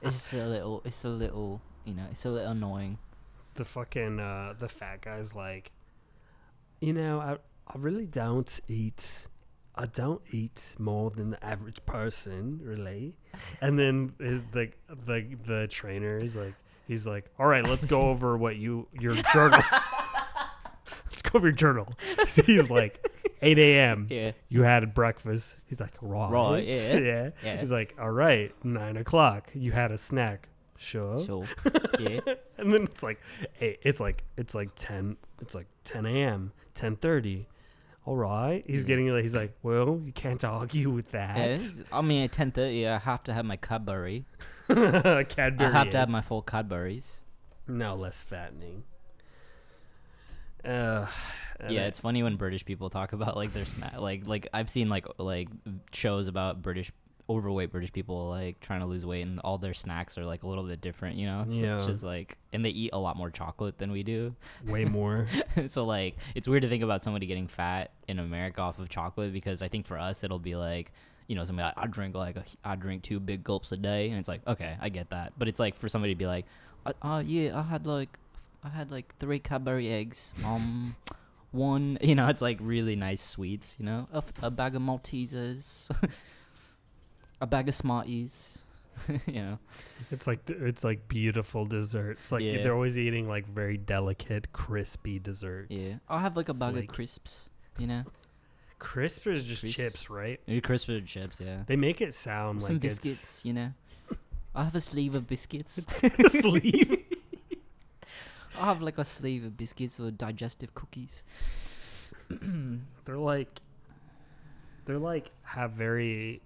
[SPEAKER 2] it's just a little. It's a little. You know. It's a little annoying.
[SPEAKER 1] the fucking uh, the fat guy's like, you know, I I really don't eat. I don't eat more than the average person, really. And then is the the the trainer is like, he's like, all right, let's go over what you your journal. let's go over your journal. So he's like, eight a.m.
[SPEAKER 2] Yeah.
[SPEAKER 1] You had breakfast. He's like, right.
[SPEAKER 2] yeah.
[SPEAKER 1] yeah.
[SPEAKER 2] Yeah.
[SPEAKER 1] He's like, all right, nine o'clock. You had a snack. Sure
[SPEAKER 2] So. Yeah.
[SPEAKER 1] and then it's like hey, it's like it's like 10 it's like 10 a.m 10.30 all right he's getting like he's like well you can't argue with that
[SPEAKER 2] yeah it's- I mean, at ten thirty, I have to have my Cadbury.
[SPEAKER 1] Cadbury
[SPEAKER 2] I have to have my full Cadburys.
[SPEAKER 1] no less fattening uh and
[SPEAKER 2] yeah,
[SPEAKER 1] I-
[SPEAKER 2] it's funny when British people talk about like their snack. Like, like I've seen like like shows about British overweight British people like trying to lose weight, and all their snacks are like a little bit different. You know, so
[SPEAKER 1] Yeah.
[SPEAKER 2] it's just like, and they eat a lot more chocolate than we do.
[SPEAKER 1] way more
[SPEAKER 2] so like, it's weird to think about somebody getting fat in America off of chocolate because I think for us it'll be like. You know, somebody like, I drink like a, I drink two big gulps a day, and it's like okay, I get that. But it's like for somebody to be like, oh uh, yeah, I had like I had like three Cadbury eggs. Um, one, you know, it's like really nice sweets. You know, a, f- a bag of Maltesers, a bag of Smarties. you know.
[SPEAKER 1] It's like it's like beautiful desserts. Like
[SPEAKER 2] Yeah.
[SPEAKER 1] they're always eating like very delicate, crispy desserts.
[SPEAKER 2] Yeah, I'll have like a bag
[SPEAKER 1] like-
[SPEAKER 2] of crisps. You know,
[SPEAKER 1] Crisp is just
[SPEAKER 2] Crisp.
[SPEAKER 1] chips, right?
[SPEAKER 2] maybe crisps or chips. Yeah,
[SPEAKER 1] They make it sound
[SPEAKER 2] some
[SPEAKER 1] like
[SPEAKER 2] biscuits. You know, I'll have a sleeve of biscuits.
[SPEAKER 1] It's sleeve.
[SPEAKER 2] I'll have like a sleeve of biscuits or digestive cookies.
[SPEAKER 1] They're like they're like have very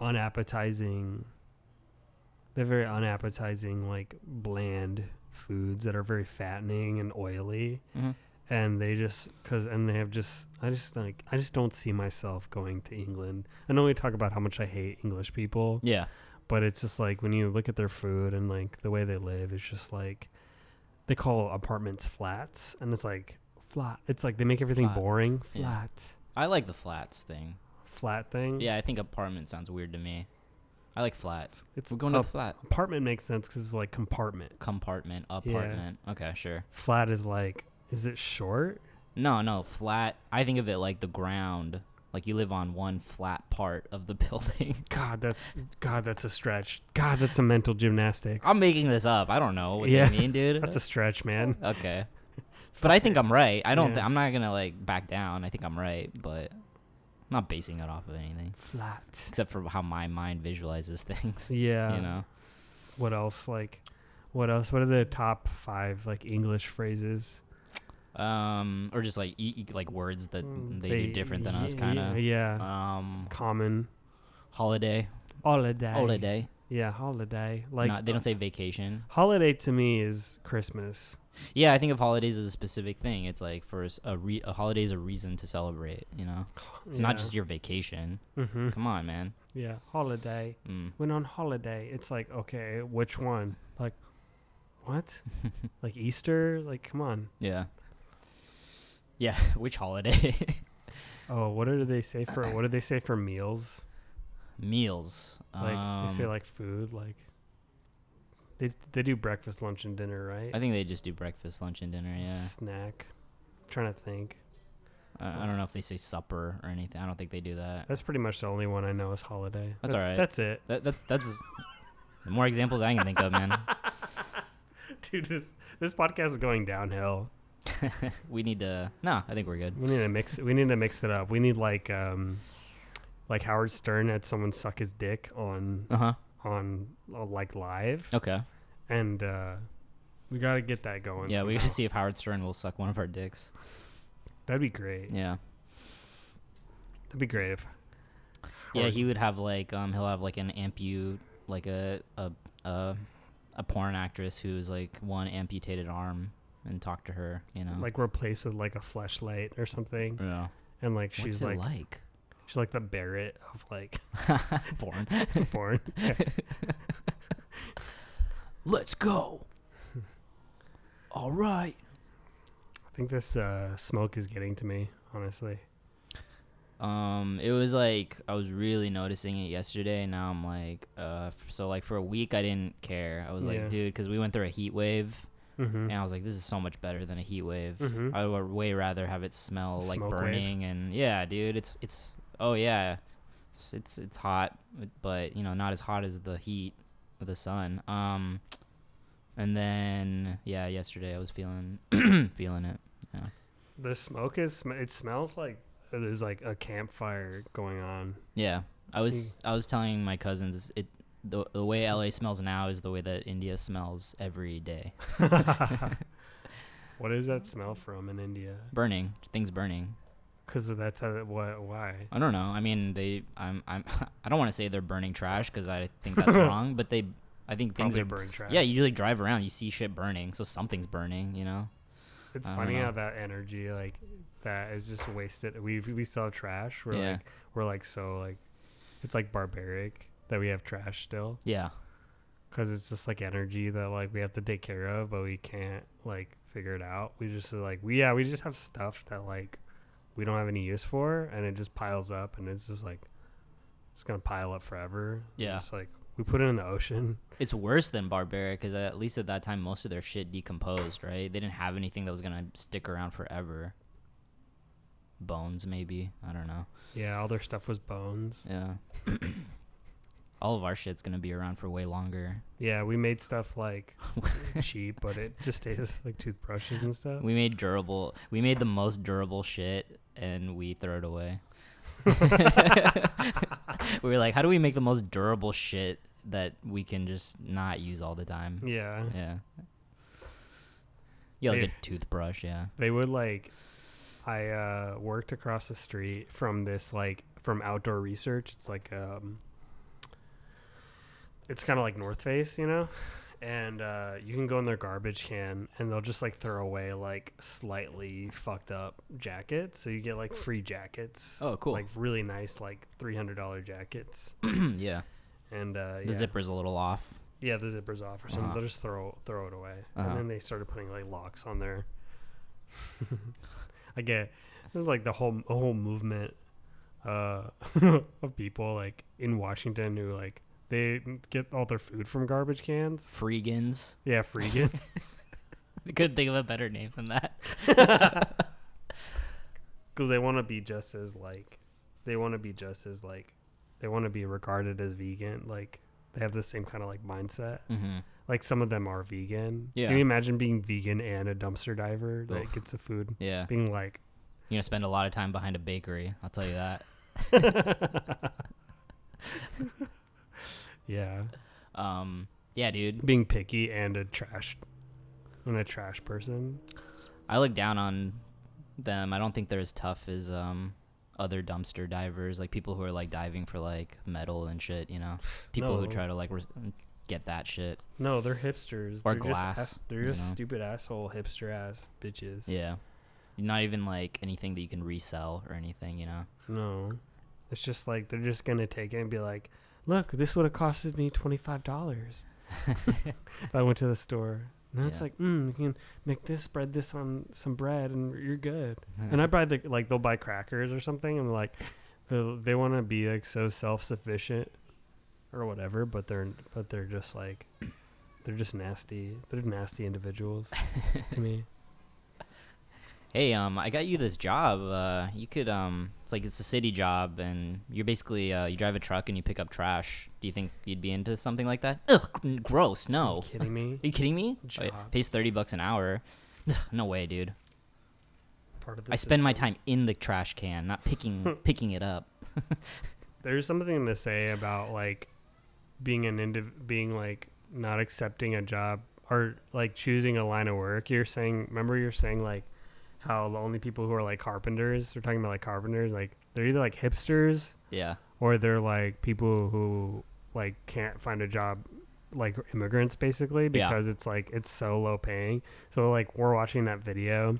[SPEAKER 1] unappetizing they're very unappetizing like bland foods that are very fattening and oily
[SPEAKER 2] Mhm.
[SPEAKER 1] and they just cuz and they have just I just like I just don't see myself going to England. I know we talk about how much I hate English people,
[SPEAKER 2] Yeah,
[SPEAKER 1] but it's just like when you look at their food and like the way they live it's just like they call apartments flats and it's like flat it's like they make everything
[SPEAKER 2] Flat.
[SPEAKER 1] boring
[SPEAKER 2] Yeah.
[SPEAKER 1] flat
[SPEAKER 2] I like the flats thing.
[SPEAKER 1] flat thing
[SPEAKER 2] Yeah, I think apartment sounds weird to me. I like flats.
[SPEAKER 1] it's
[SPEAKER 2] We're going to
[SPEAKER 1] up-
[SPEAKER 2] flat
[SPEAKER 1] apartment makes sense because it's like compartment
[SPEAKER 2] compartment apartment. Okay, sure.
[SPEAKER 1] flat is like is it short
[SPEAKER 2] No, no, flat. I think of it like the ground. Like you live on one flat part of the building.
[SPEAKER 1] god that's god that's a stretch god that's a mental gymnastics
[SPEAKER 2] I'm making this up. I don't know what
[SPEAKER 1] Yeah,
[SPEAKER 2] they mean, dude.
[SPEAKER 1] that's a stretch man
[SPEAKER 2] okay. But I think I'm right. I don't.
[SPEAKER 1] Yeah.
[SPEAKER 2] Th- I'm not gonna like back down. I think I'm right, but I'm not basing it off of anything
[SPEAKER 1] flat
[SPEAKER 2] except for how my mind visualizes things.
[SPEAKER 1] yeah
[SPEAKER 2] You know.
[SPEAKER 1] what else like what else what are the top five like english phrases
[SPEAKER 2] Um, or just like e- e- like words that
[SPEAKER 1] Mm,
[SPEAKER 2] they, do different than us,
[SPEAKER 1] ye-
[SPEAKER 2] kind of.
[SPEAKER 1] yeah
[SPEAKER 2] Um,
[SPEAKER 1] common
[SPEAKER 2] holiday,
[SPEAKER 1] holiday.
[SPEAKER 2] holiday.
[SPEAKER 1] Yeah, holiday. Like
[SPEAKER 2] Like they don't say vacation.
[SPEAKER 1] holiday to me is Christmas.
[SPEAKER 2] Yeah, I think of holidays as a specific thing. It's like for us- a re- a holiday is a reason to celebrate. You know, it's not just your vacation.
[SPEAKER 1] hmm
[SPEAKER 2] Come on, man.
[SPEAKER 1] Yeah, holiday.
[SPEAKER 2] Mm.
[SPEAKER 1] When on holiday, it's like okay, which one? Like, what? like Easter? Like, come on.
[SPEAKER 2] Yeah. Yeah. Which holiday?
[SPEAKER 1] Oh, what do they say for? What do they say for meals?
[SPEAKER 2] Meals.
[SPEAKER 1] Like they say
[SPEAKER 2] Um,
[SPEAKER 1] like food. Like they they do breakfast, lunch, and dinner, right?
[SPEAKER 2] I think they just do breakfast, lunch, and dinner. Yeah.
[SPEAKER 1] Snack. trying to think.
[SPEAKER 2] I, I don't know if they say supper or anything. I don't think they do that.
[SPEAKER 1] That's pretty much the only one I know is holiday.
[SPEAKER 2] That's alright.
[SPEAKER 1] That's it.
[SPEAKER 2] that that's that's the more examples I can think of, man.
[SPEAKER 1] Dude, this this podcast is going downhill.
[SPEAKER 2] we need to. No, I think we're good.
[SPEAKER 1] We need to mix. We need to mix it up. We need like um, like Howard Stern had someone suck his dick on
[SPEAKER 2] Uh huh.
[SPEAKER 1] on uh, like live,
[SPEAKER 2] Okay.
[SPEAKER 1] and uh, we gotta get that going.
[SPEAKER 2] yeah, we gotta
[SPEAKER 1] somehow.
[SPEAKER 2] see if Howard Stern will suck one of our dicks.
[SPEAKER 1] That'd be great.
[SPEAKER 2] Yeah.
[SPEAKER 1] That'd be great. If,
[SPEAKER 2] Yeah,
[SPEAKER 1] Or-
[SPEAKER 2] he would have like um he'll have like an ampu like a a a, a porn actress who's like one amputated arm and talk to her, you know.
[SPEAKER 1] like replace with like a flashlight or something,
[SPEAKER 2] yeah.
[SPEAKER 1] and like
[SPEAKER 2] What's
[SPEAKER 1] she's
[SPEAKER 2] it
[SPEAKER 1] like,
[SPEAKER 2] like?
[SPEAKER 1] she's like the Barrett of like
[SPEAKER 2] porn.
[SPEAKER 1] porn.
[SPEAKER 2] Let's go. All right.
[SPEAKER 1] I think this uh, smoke is getting to me. Honestly,
[SPEAKER 2] Um, it was like I was really noticing it yesterday. and Now I'm like, uh, f- so like for a week I didn't care. I was
[SPEAKER 1] Yeah.
[SPEAKER 2] like, dude, because we went through a heat wave,
[SPEAKER 1] mm-hmm.
[SPEAKER 2] and I was like, this is so much better than a heat wave.
[SPEAKER 1] Mhm.
[SPEAKER 2] I would way rather have it smell like
[SPEAKER 1] Smoke wave.
[SPEAKER 2] burning and yeah, dude, it's it's oh yeah, it's it's it's hot, but you know not as hot as the heat of the sun. Um, and then yeah, yesterday I was feeling feeling it.
[SPEAKER 1] the smoke is. sm- It smells like uh, there's like a campfire going on.
[SPEAKER 2] Yeah, I was I was telling my cousins it the the way LA smells now is the way that India smells every day.
[SPEAKER 1] What does that smell from in India?
[SPEAKER 2] Burning things burning.
[SPEAKER 1] Because that's how. What? Why?
[SPEAKER 2] I don't know. I mean, they I'm I'm I don't want to say they're burning trash because I think that's wrong, but they I think things
[SPEAKER 1] Probably
[SPEAKER 2] are
[SPEAKER 1] burn trash.
[SPEAKER 2] Yeah, you like drive around, you see shit burning, so something's burning, you know.
[SPEAKER 1] it's
[SPEAKER 2] I don't
[SPEAKER 1] funny
[SPEAKER 2] know.
[SPEAKER 1] how that energy like that is just wasted. We we still have trash. We're
[SPEAKER 2] Yeah.
[SPEAKER 1] like we're like so like it's like barbaric that we have trash still
[SPEAKER 2] Yeah.
[SPEAKER 1] because it's just like energy that like we have to take care of, but we can't like figure it out. We just are like we yeah we just have stuff that like we don't have any use for, and it just piles up, and it's just like it's gonna pile up forever.
[SPEAKER 2] Yeah.
[SPEAKER 1] it's like we put it in the ocean.
[SPEAKER 2] It's worse than barbaric cuz at least at that time most of their shit decomposed, right? They didn't have anything that was going to stick around forever. Bones maybe, I don't know.
[SPEAKER 1] Yeah, all their stuff was bones.
[SPEAKER 2] Yeah. all of our shit's gonna be around for way longer.
[SPEAKER 1] Yeah, we made stuff like cheap, but it just stays like toothbrushes and stuff.
[SPEAKER 2] We made durable. We made the most durable shit, and we throw it away. we were like, how do we make the most durable shit that we can just not use all the time?
[SPEAKER 1] Yeah.
[SPEAKER 2] Yeah. Yeah, like
[SPEAKER 1] They-
[SPEAKER 2] a toothbrush. Yeah.
[SPEAKER 1] They would like I uh worked across the street from this like from outdoor research. It's like um it's kind of like North Face, you know? And uh you can go in their garbage can and they'll just like throw away like slightly fucked up jackets. So you get like free jackets.
[SPEAKER 2] Oh, cool.
[SPEAKER 1] Like really nice like $300 jackets.
[SPEAKER 2] yeah.
[SPEAKER 1] And uh
[SPEAKER 2] The
[SPEAKER 1] yeah.
[SPEAKER 2] zipper's a little off.
[SPEAKER 1] Yeah, the zipper's off or something.
[SPEAKER 2] Uh-huh.
[SPEAKER 1] They'll just throw throw it away,
[SPEAKER 2] Uh-huh.
[SPEAKER 1] and then they started putting like locks on there. I get it was like the whole a whole movement uh, of people like in Washington who like they get all their food from garbage cans.
[SPEAKER 2] Freegans.
[SPEAKER 1] Yeah, freegan.
[SPEAKER 2] I couldn't think of a better name than that.
[SPEAKER 1] because they want to be just as like they want to be just as like they want to be regarded as vegan. Like they have the same kind of like mindset.
[SPEAKER 2] Mm-hmm.
[SPEAKER 1] like some of them are vegan.
[SPEAKER 2] Yeah.
[SPEAKER 1] Can you imagine being vegan and a dumpster diver that
[SPEAKER 2] Oof.
[SPEAKER 1] gets the food?
[SPEAKER 2] Yeah.
[SPEAKER 1] Being like,
[SPEAKER 2] You're gonna spend a lot of time behind a bakery. I'll tell you that.
[SPEAKER 1] yeah,
[SPEAKER 2] Um, yeah, dude.
[SPEAKER 1] being picky and a trash and a trash person.
[SPEAKER 2] I look down on them. I don't think they're as tough as um other dumpster divers, like people who are like diving for like metal and shit. You know, people who
[SPEAKER 1] No.
[SPEAKER 2] try to like re- get that shit.
[SPEAKER 1] No, they're hipsters.
[SPEAKER 2] Or
[SPEAKER 1] they're
[SPEAKER 2] glass,
[SPEAKER 1] Just ass, they're
[SPEAKER 2] you
[SPEAKER 1] just
[SPEAKER 2] know?
[SPEAKER 1] stupid asshole hipster ass bitches.
[SPEAKER 2] Yeah. Not even like anything that you can resell or anything. You know.
[SPEAKER 1] No, it's just like they're just gonna take it and be like, look, this would have costed me twenty five dollars if I went to the store. Now it's
[SPEAKER 2] Yeah.
[SPEAKER 1] like, mm, you can make this, spread this on some bread, and you're good. and I buy the like they'll buy crackers or something, and like the, they want to be like so self sufficient or whatever, but they're but they're just like they're just nasty. They're nasty individuals to me.
[SPEAKER 2] hey, um, I got you this job. Uh, you could um, it's like it's a city job, and you're basically uh, you drive a truck and you pick up trash. Do you think you'd be into something like that? Ugh, gr- gross. No.
[SPEAKER 1] Are you kidding me?
[SPEAKER 2] Are you kidding me? Oh, yeah,
[SPEAKER 1] Job.
[SPEAKER 2] pays thirty bucks an hour. no way, dude.
[SPEAKER 1] Part of
[SPEAKER 2] I spend my
[SPEAKER 1] system.
[SPEAKER 2] time in the trash can, not picking picking it up.
[SPEAKER 1] There's something to say about like being an indiv- being like not accepting a job or like choosing a line of work. You're saying, remember, you're saying like how the only people who are like carpenters, they're talking about like carpenters, like they're either like hipsters
[SPEAKER 2] Yeah.
[SPEAKER 1] or they're like people who like can't find a job like immigrants basically
[SPEAKER 2] Yeah.
[SPEAKER 1] because it's like it's so low paying so like we're watching that video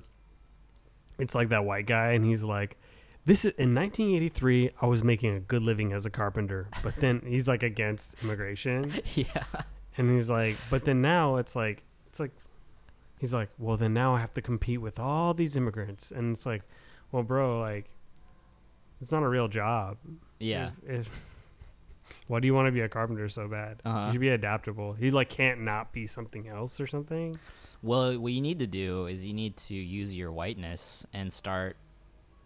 [SPEAKER 1] it's like that white guy and he's like this is in 1983 i was making a good living as a carpenter but then he's like against immigration
[SPEAKER 2] yeah.
[SPEAKER 1] and he's like, but then now it's like, it's like, he's like, well, then now I have to compete with all these immigrants. And it's like, well, bro, like, it's not a real job.
[SPEAKER 2] Yeah.
[SPEAKER 1] If, if- why do you want to be a carpenter so bad?
[SPEAKER 2] Uh-huh.
[SPEAKER 1] You should be adaptable. You, like, can't not be something else or something.
[SPEAKER 2] Well, what you need to do is you need to use your whiteness and start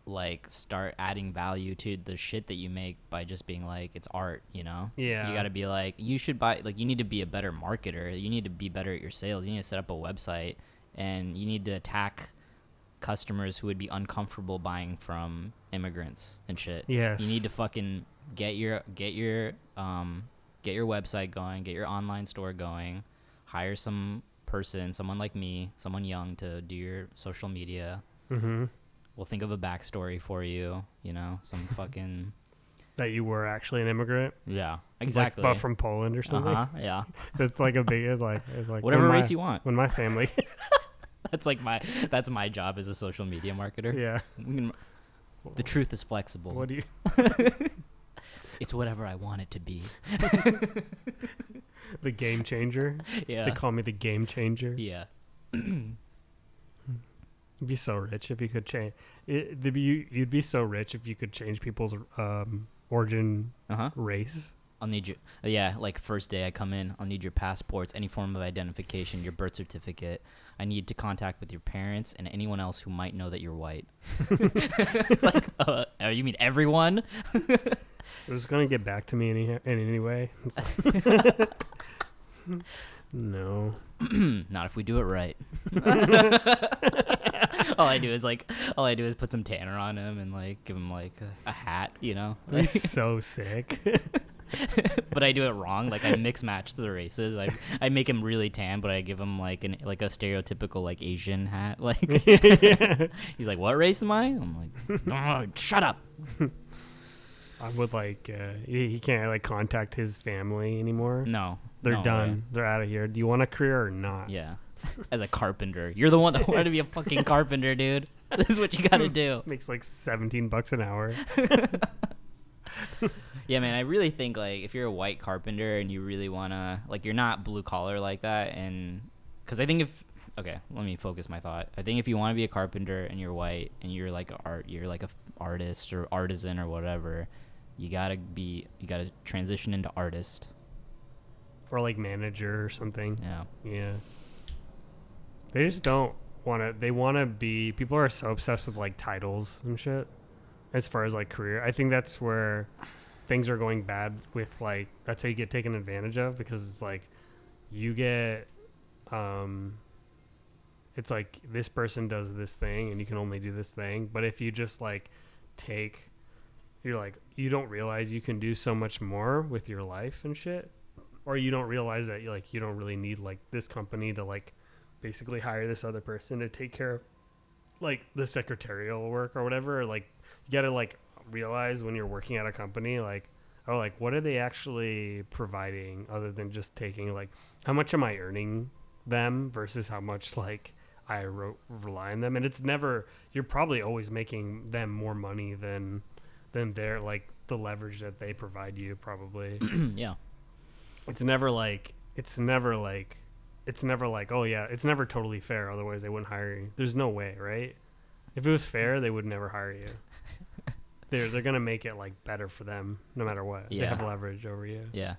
[SPEAKER 2] like start adding value to the shit that you make by just being like it's art, you know?
[SPEAKER 1] Yeah.
[SPEAKER 2] You got to be like you should buy like you need to be a better marketer. You need to be better at your sales. You need to set up a website and you need to attack customers who would be uncomfortable buying from immigrants and shit.
[SPEAKER 1] Yes.
[SPEAKER 2] You need to fucking get your get your um get your website going, get your online store going, hire some person, someone like me, someone young to do your social media. Mm-hmm.
[SPEAKER 1] hmm
[SPEAKER 2] We'll think of a backstory for you, you know, some fucking
[SPEAKER 1] That you were actually an immigrant.
[SPEAKER 2] yeah,
[SPEAKER 1] like,
[SPEAKER 2] exactly.
[SPEAKER 1] but from Poland or something.
[SPEAKER 2] uh-huh, yeah.
[SPEAKER 1] That's like a big, it's like, it's like
[SPEAKER 2] Whatever
[SPEAKER 1] when
[SPEAKER 2] race
[SPEAKER 1] my,
[SPEAKER 2] you want.
[SPEAKER 1] When my family,
[SPEAKER 2] That's like my that's my job as a social media marketer.
[SPEAKER 1] yeah.
[SPEAKER 2] We can- the truth is flexible.
[SPEAKER 1] What do you,
[SPEAKER 2] it's whatever I want it to be.
[SPEAKER 1] the game changer? They
[SPEAKER 2] Yeah.
[SPEAKER 1] call me the game changer.
[SPEAKER 2] Yeah.
[SPEAKER 1] You'd be so rich if you could change. It, would be, you'd be so rich if you could change people's um, origin
[SPEAKER 2] Uh-huh.
[SPEAKER 1] race.
[SPEAKER 2] I'll need you. Yeah, like first day I come in, I'll need your passports, any form of identification, your birth certificate. I need to contact with your parents and anyone else who might know that you're white. it's like, uh, oh, you mean everyone?
[SPEAKER 1] It was gonna get back to me any in any way. It's like- no.
[SPEAKER 2] Not if we do it right. all I do is like, all I do is put some tanner on him and like give him like a, a hat, you know.
[SPEAKER 1] That'd be so sick.
[SPEAKER 2] but I do it wrong. Like I mix match the races. I I make him really tan, but I give him like an like a stereotypical like Asian hat. Like
[SPEAKER 1] Yeah.
[SPEAKER 2] he's like, "What race am I?" I'm like, "Oh, shut up."
[SPEAKER 1] I would like uh, he he can't like contact his family anymore.
[SPEAKER 2] No,
[SPEAKER 1] They're
[SPEAKER 2] no way.
[SPEAKER 1] done. They're out of here. Do you want a career or not?
[SPEAKER 2] Yeah, as a carpenter, you're the one that wanted to be a fucking carpenter, dude. This is what you gotta do.
[SPEAKER 1] Makes like 17 bucks an hour.
[SPEAKER 2] Yeah, man, I really think like if you're a white carpenter and you really wanna like you're not blue collar like that, and because I think if okay, let me focus my thought. I think if you want to be a carpenter and you're white and you're like a art, you're like a f- artist or artisan or whatever, you gotta be you gotta transition into artist.
[SPEAKER 1] or like manager or something.
[SPEAKER 2] Yeah,
[SPEAKER 1] Yeah. They just don't want to. They want to be. People are so obsessed with like titles and shit. As far as like career, I think that's where things are going bad with like that's how you get taken advantage of because it's like you get um it's like this person does this thing and you can only do this thing but if you just like take you're like you don't realize you can do so much more with your life and shit or you don't realize that you like you don't really need like this company to like basically hire this other person to take care of like the secretarial work or whatever like you gotta like realize when you're working at a company like oh like what are they actually providing other than just taking like how much am i earning them versus how much like i ro- rely on them and it's never you're probably always making them more money than than their like the leverage that they provide you probably
[SPEAKER 2] yeah,
[SPEAKER 1] it's never like it's never like it's never like oh yeah it's never totally fair otherwise they wouldn't hire you there's no way right if it was fair they would never hire you they're they're gonna make it like better for them no matter what they have
[SPEAKER 2] Yeah.
[SPEAKER 1] leverage over you
[SPEAKER 2] yeah.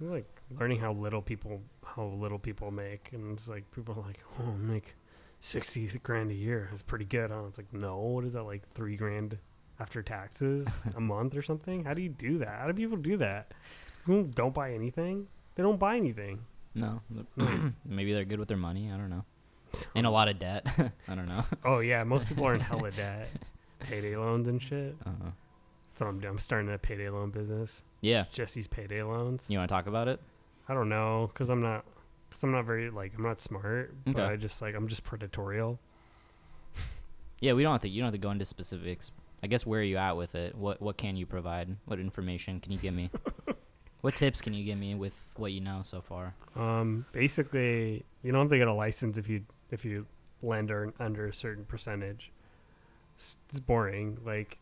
[SPEAKER 1] It's like learning how little people how little people make and it's like people are like oh I make 60 grand a year it's pretty good huh? it's like no what is that like three grand after taxes a month or something how do you do that how do people do that People don't buy anything they don't buy anything
[SPEAKER 2] No, maybe they're good with their money. I don't know. And a lot of debt. I don't know.
[SPEAKER 1] oh yeah most people are in hella debt payday loans and shit
[SPEAKER 2] Uh-huh.
[SPEAKER 1] so I'm, I'm starting a payday loan business
[SPEAKER 2] Yeah,
[SPEAKER 1] jesse's payday loans
[SPEAKER 2] you want to talk about it?
[SPEAKER 1] I don't know because I'm not because I'm not very like I'm not smart, but
[SPEAKER 2] Okay.
[SPEAKER 1] I just like I'm just predatorial.
[SPEAKER 2] Yeah, we don't have to. You don't have to go into specifics. I guess where are you at with it? What what can you provide? What information can you give me? what tips can you give me with what you know so far?
[SPEAKER 1] Um, basically, you don't have to get a license if you if you lend or under a certain percentage. S- It's boring. Like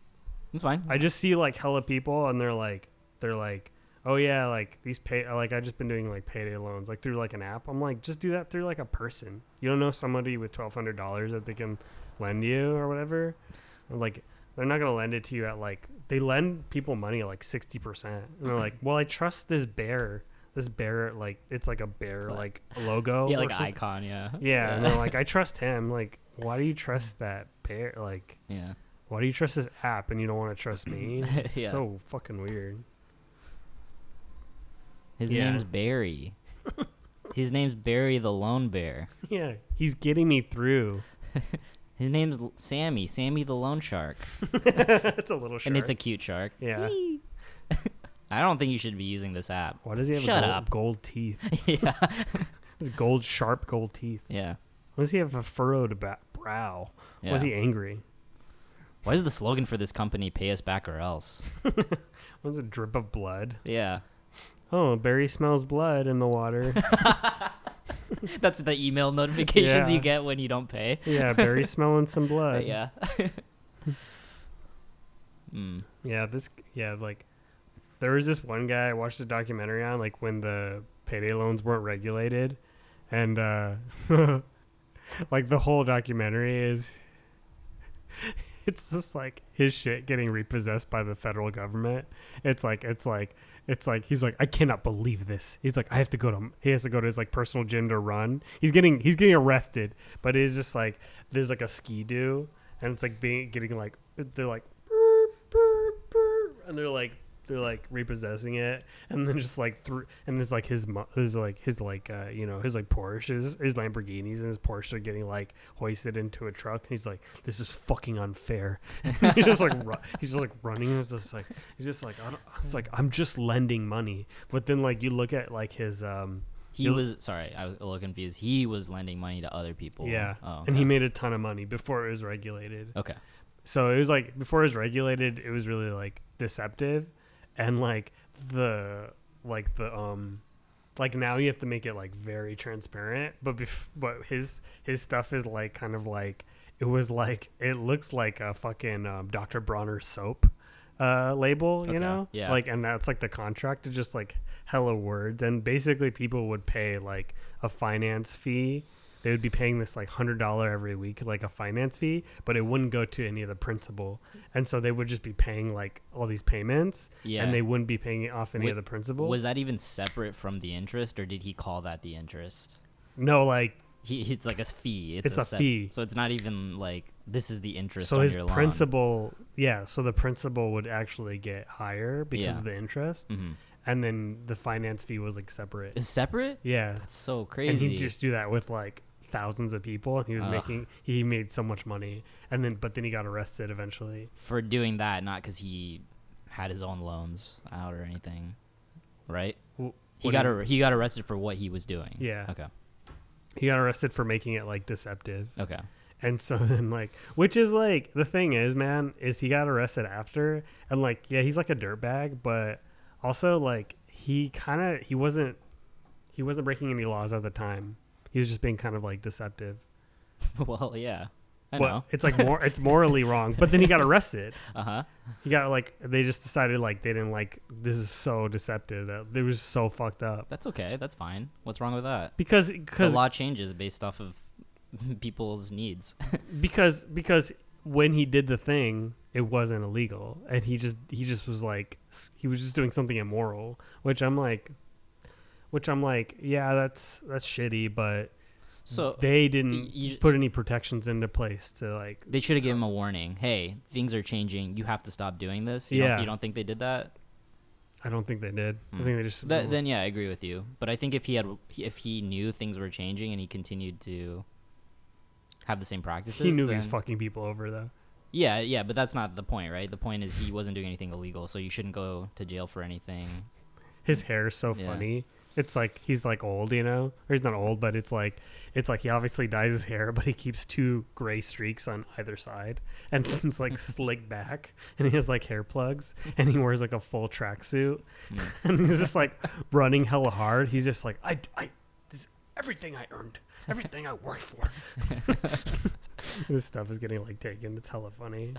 [SPEAKER 2] It's fine.
[SPEAKER 1] I just see like hella people and they're like they're like oh yeah like these pay like I just been doing like payday loans like through like an app. I'm like just do that through like a person. You don't know somebody with twelve hundred dollars that they can lend you or whatever. And, like they're not gonna lend it to you at like they lend people money at like sixty percent and they're like well I trust this bear this bear like it's like a bear
[SPEAKER 2] It's like-
[SPEAKER 1] like, logo
[SPEAKER 2] yeah,
[SPEAKER 1] or
[SPEAKER 2] like
[SPEAKER 1] something.
[SPEAKER 2] icon. Yeah.
[SPEAKER 1] yeah and
[SPEAKER 2] Yeah.
[SPEAKER 1] they're like I trust him like why do you trust that bear like
[SPEAKER 2] yeah.
[SPEAKER 1] why do you trust this app and you don't want to trust me?
[SPEAKER 2] Yeah.
[SPEAKER 1] So fucking weird.
[SPEAKER 2] His
[SPEAKER 1] Yeah.
[SPEAKER 2] name's Barry. His name's Barry the Lone Bear.
[SPEAKER 1] Yeah, he's getting me through.
[SPEAKER 2] His name's L- Sammy. Sammy the Lone Shark.
[SPEAKER 1] it's a little short.
[SPEAKER 2] And it's a cute shark.
[SPEAKER 1] yeah.
[SPEAKER 2] I don't think you should be using this app.
[SPEAKER 1] Why does he have
[SPEAKER 2] Shut
[SPEAKER 1] gold,
[SPEAKER 2] up.
[SPEAKER 1] gold teeth?
[SPEAKER 2] yeah.
[SPEAKER 1] His gold, sharp gold teeth.
[SPEAKER 2] Yeah.
[SPEAKER 1] Why does he have a furrowed ba- brow?
[SPEAKER 2] Yeah.
[SPEAKER 1] Why is he angry?
[SPEAKER 2] Why is the slogan for this company "Pay us back or else"?
[SPEAKER 1] Why is a drip of blood?
[SPEAKER 2] Yeah.
[SPEAKER 1] Oh, Barry smells blood in the water.
[SPEAKER 2] That's the email notifications you
[SPEAKER 1] Yeah.
[SPEAKER 2] get when you don't pay.
[SPEAKER 1] yeah, Barry's smelling some blood.
[SPEAKER 2] yeah. mm.
[SPEAKER 1] Yeah, this yeah, like there was this one guy I watched a documentary on like when the payday loans weren't regulated and uh like the whole documentary is it's just like his shit getting repossessed by the federal government. It's like it's like It's like he's like I cannot believe this. He's like I have to go to he has to go to his like personal gym to run. He's getting he's getting arrested, but it's just like there's like a ski do, and it's like being getting like they're like "Burp, burp, burp," and they're like they're like repossessing it, and then just like through and it's like his mo- his like his like uh, you know his like Porsche his, his Lamborghinis and his Porsche are getting like hoisted into a truck, and he's like this is fucking unfair. he's just like ru- he's just like running. He's just like he's just like I don't, it's like I'm just lending money, but then like you look at like his um
[SPEAKER 2] He
[SPEAKER 1] You-
[SPEAKER 2] was sorry, I was a little confused. He was lending money to other people.
[SPEAKER 1] yeah,
[SPEAKER 2] Oh,
[SPEAKER 1] and he
[SPEAKER 2] okay.
[SPEAKER 1] made a ton of money before it was regulated.
[SPEAKER 2] Okay.
[SPEAKER 1] So it was like before it was regulated, it was really like deceptive, and like the like the um like now you have to make it like very transparent. But bef- but his his stuff is like kind of like it was like it looks like a fucking um, Dr. Bronner soap uh label you
[SPEAKER 2] Okay,
[SPEAKER 1] know
[SPEAKER 2] yeah.
[SPEAKER 1] like and that's like the contract is just like hella words and basically people would pay like a finance fee they would be paying this like hundred dollar every week like a finance fee but it wouldn't go to any of the principal and so they would just be paying like all these payments
[SPEAKER 2] Yeah.
[SPEAKER 1] and they wouldn't be paying off any
[SPEAKER 2] Wait,
[SPEAKER 1] of the principal
[SPEAKER 2] was that even separate from the interest, or did he call that the interest?
[SPEAKER 1] no like
[SPEAKER 2] He, it's like a fee. It's,
[SPEAKER 1] It's a
[SPEAKER 2] sep-
[SPEAKER 1] fee.
[SPEAKER 2] So it's not even like this is the interest.
[SPEAKER 1] so
[SPEAKER 2] on
[SPEAKER 1] his
[SPEAKER 2] your
[SPEAKER 1] principal yeah so the principal would actually get higher because
[SPEAKER 2] Yeah.
[SPEAKER 1] of the interest
[SPEAKER 2] hmm
[SPEAKER 1] and then the finance fee was like separate
[SPEAKER 2] Is separate?
[SPEAKER 1] yeah
[SPEAKER 2] That's so
[SPEAKER 1] and
[SPEAKER 2] crazy.
[SPEAKER 1] he'd just do that with like thousands of people and he was
[SPEAKER 2] Ugh.
[SPEAKER 1] making he made so much money and then but then he got arrested eventually
[SPEAKER 2] for doing that, not because he had his own loans out or anything, right?
[SPEAKER 1] W-
[SPEAKER 2] He
[SPEAKER 1] what
[SPEAKER 2] got
[SPEAKER 1] do you-
[SPEAKER 2] ar- he got arrested for what he was doing.
[SPEAKER 1] Yeah.
[SPEAKER 2] Okay.
[SPEAKER 1] he got arrested for making it like deceptive
[SPEAKER 2] Okay.
[SPEAKER 1] and so then like which is like the thing is man is he got arrested after and like yeah he's like a dirtbag but also like he kind of he wasn't he wasn't breaking any laws at the time he was just being kind of like deceptive
[SPEAKER 2] well, yeah. I
[SPEAKER 1] But
[SPEAKER 2] know.
[SPEAKER 1] it's like more it's morally wrong but then he got arrested
[SPEAKER 2] Uh huh.
[SPEAKER 1] He got like they just decided like they didn't like this is so deceptive that they was so fucked up
[SPEAKER 2] That's okay. That's fine. What's wrong with that?
[SPEAKER 1] because
[SPEAKER 2] The
[SPEAKER 1] because
[SPEAKER 2] law changes based off of people's needs.
[SPEAKER 1] because because when he did the thing it wasn't illegal and he just he just was like s- he was just doing something immoral which I'm like which I'm like yeah that's that's shitty but
[SPEAKER 2] so
[SPEAKER 1] they didn't
[SPEAKER 2] you-
[SPEAKER 1] put any protections into place to like
[SPEAKER 2] they should have given him a warning. Hey, things are changing. You have to stop doing this. You
[SPEAKER 1] Yeah.
[SPEAKER 2] Don't, you don't think they did that?
[SPEAKER 1] I don't think they did
[SPEAKER 2] Hmm.
[SPEAKER 1] I think they just
[SPEAKER 2] That, then yeah, I agree with you. But I think if he had, if he knew things were changing and he continued to have the same practices,
[SPEAKER 1] he knew he was
[SPEAKER 2] then-
[SPEAKER 1] fucking people over though
[SPEAKER 2] Yeah, yeah, but that's not the point, right? The point is he wasn't doing anything illegal, so you shouldn't go to jail for anything.
[SPEAKER 1] his hair is so
[SPEAKER 2] Yeah.
[SPEAKER 1] funny. It's like he's like old, you know, or he's not old, but it's like it's like he obviously dyes his hair, but he keeps two gray streaks on either side, and it's like slick back, and he has like hair plugs, and he wears like a full tracksuit,
[SPEAKER 2] Hmm.
[SPEAKER 1] and he's just like running hella hard. He's just like I, I, this is everything I earned, everything I worked for. this stuff is getting like taken. It's hella funny.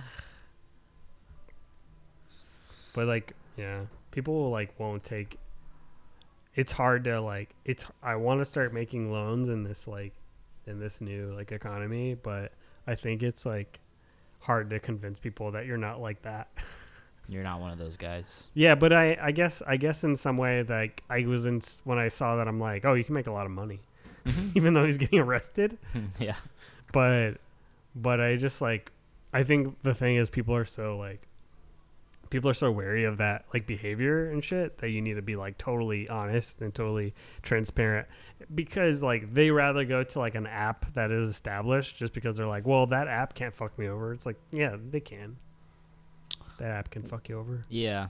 [SPEAKER 1] But like, yeah, people like won't take. It's hard to like. It's I want to start making loans in this like, in this new like economy, but I think it's like hard to convince people that you're not like that.
[SPEAKER 2] You're not one of those guys.
[SPEAKER 1] Yeah, but I I guess I guess in some way like I was in s- when I saw that I'm like, oh, you can make a lot of money, even though he's getting arrested
[SPEAKER 2] yeah.
[SPEAKER 1] but but I just like I think the thing is people are so like people are so wary of that like behavior and shit that you need to be like totally honest and totally transparent because like they rather go to like an app that is established just because they're like well that app can't fuck me over it's like yeah they can that app can fuck you over
[SPEAKER 2] Yeah.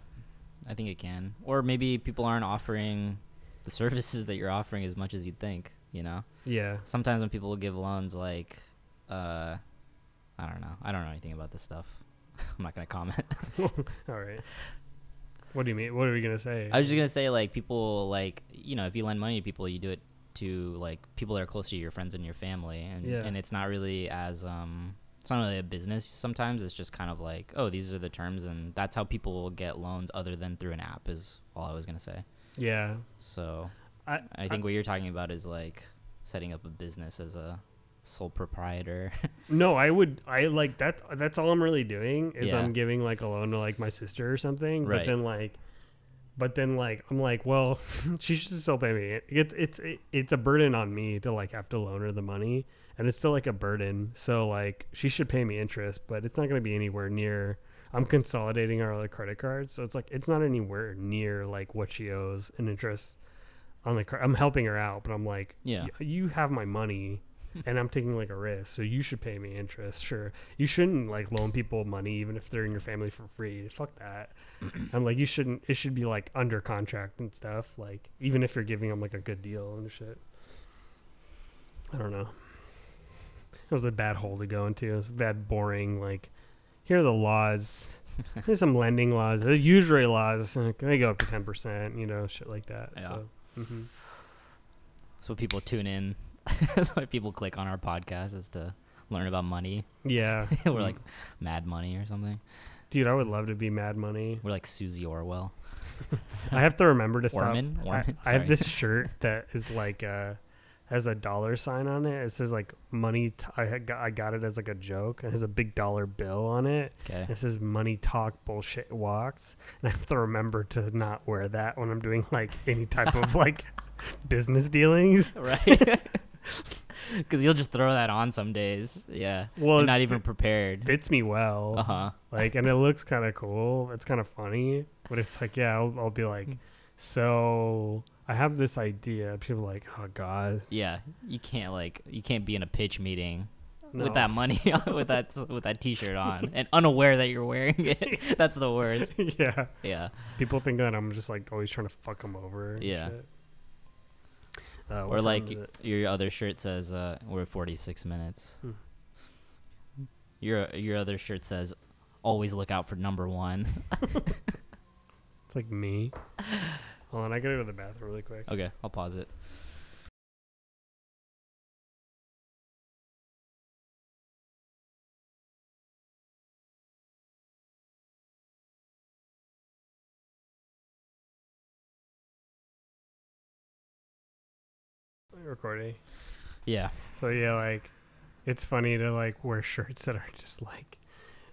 [SPEAKER 2] I think it can. Or maybe people aren't offering the services that you're offering as much as you'd think, you know?
[SPEAKER 1] yeah
[SPEAKER 2] Sometimes when people give loans like uh I don't know. I don't know anything about this stuff. I'm not going to comment.
[SPEAKER 1] all right what do you mean what are we gonna say
[SPEAKER 2] I was just gonna say like people like you know if you lend money to people you do it to like people that are close to you, your friends and your family and
[SPEAKER 1] Yeah.
[SPEAKER 2] and it's not really as um it's not really a business sometimes it's just kind of like oh these are the terms and that's how people will get loans other than through an app is all I was gonna say
[SPEAKER 1] yeah
[SPEAKER 2] so
[SPEAKER 1] I-
[SPEAKER 2] I think what you're talking about is like setting up a business as a sole proprietor
[SPEAKER 1] No, I would. I like that. That's all I'm really doing is
[SPEAKER 2] Yeah.
[SPEAKER 1] I'm giving like a loan to like my sister or something.
[SPEAKER 2] Right.
[SPEAKER 1] But then like, But then like I'm like, well, she should still pay me. It- It's it's it, it's a burden on me to like have to loan her the money, and it's still like a burden. So like she should pay me interest, but it's not gonna be anywhere near. I'm consolidating our other credit cards, so it's like it's not anywhere near like what she owes in interest on the card. I'm helping her out, but I'm like,
[SPEAKER 2] Yeah.
[SPEAKER 1] y- you have my money. and I'm taking like a risk, so you should pay me interest. Sure, you shouldn't like loan people money even if they're in your family for free. Fuck that. and like you shouldn't. It should be like under contract and stuff. Like even if you're giving them like a good deal and shit. I don't know. It was a bad hole to go into. It was a bad, boring. Like here are the laws. There's some lending laws. The usury laws. Like, they go up to ten percent. You know, shit like that.
[SPEAKER 2] Yeah.
[SPEAKER 1] So. hmm
[SPEAKER 2] That's what people tune in. That's why people click on our podcast is to learn about money.
[SPEAKER 1] Yeah,
[SPEAKER 2] We're like Mad Money or something.
[SPEAKER 1] dude, I would love to be Mad Money.
[SPEAKER 2] We're like Susie Orwell.
[SPEAKER 1] I have to remember to stop.
[SPEAKER 2] Orman?
[SPEAKER 1] I,
[SPEAKER 2] Orman?
[SPEAKER 1] I have
[SPEAKER 2] Sorry.
[SPEAKER 1] this shirt that is like uh has a dollar sign on it. It says like money. T- I had got, I got it as like a joke. It has a big dollar bill on it.
[SPEAKER 2] Okay.
[SPEAKER 1] It says money talk bullshit walks. And I have to remember to not wear that when I'm doing like any type of like business dealings.
[SPEAKER 2] right? Because you'll just throw that on some days. Yeah.
[SPEAKER 1] Well,
[SPEAKER 2] You're
[SPEAKER 1] it
[SPEAKER 2] not even
[SPEAKER 1] fi-
[SPEAKER 2] prepared.
[SPEAKER 1] fits me well.
[SPEAKER 2] Uh huh.
[SPEAKER 1] Like, and it looks kind of cool. It's kind of funny, but it's like, yeah, I'll, I'll be like,
[SPEAKER 2] Mm.
[SPEAKER 1] so I have this idea. People are like, oh god,
[SPEAKER 2] Yeah. You can't like you can't be in a pitch meeting
[SPEAKER 1] No.
[SPEAKER 2] with that money on- with that with that T-shirt on and unaware that you're wearing it. That's the worst.
[SPEAKER 1] yeah.
[SPEAKER 2] Yeah.
[SPEAKER 1] People think that I'm just like always trying to fuck them over. and
[SPEAKER 2] Yeah.
[SPEAKER 1] shit. Uh,
[SPEAKER 2] Or
[SPEAKER 1] what time
[SPEAKER 2] like
[SPEAKER 1] is it?
[SPEAKER 2] your other shirt says uh, we're 46 minutes.
[SPEAKER 1] Hmm.
[SPEAKER 2] Your your other shirt says always look out for number one.
[SPEAKER 1] it's like me. Hold on, I gotta go to the bathroom really quick.
[SPEAKER 2] Okay, I'll pause it.
[SPEAKER 1] Recording.
[SPEAKER 2] Yeah.
[SPEAKER 1] So yeah, like it's funny to like wear shirts that are just like,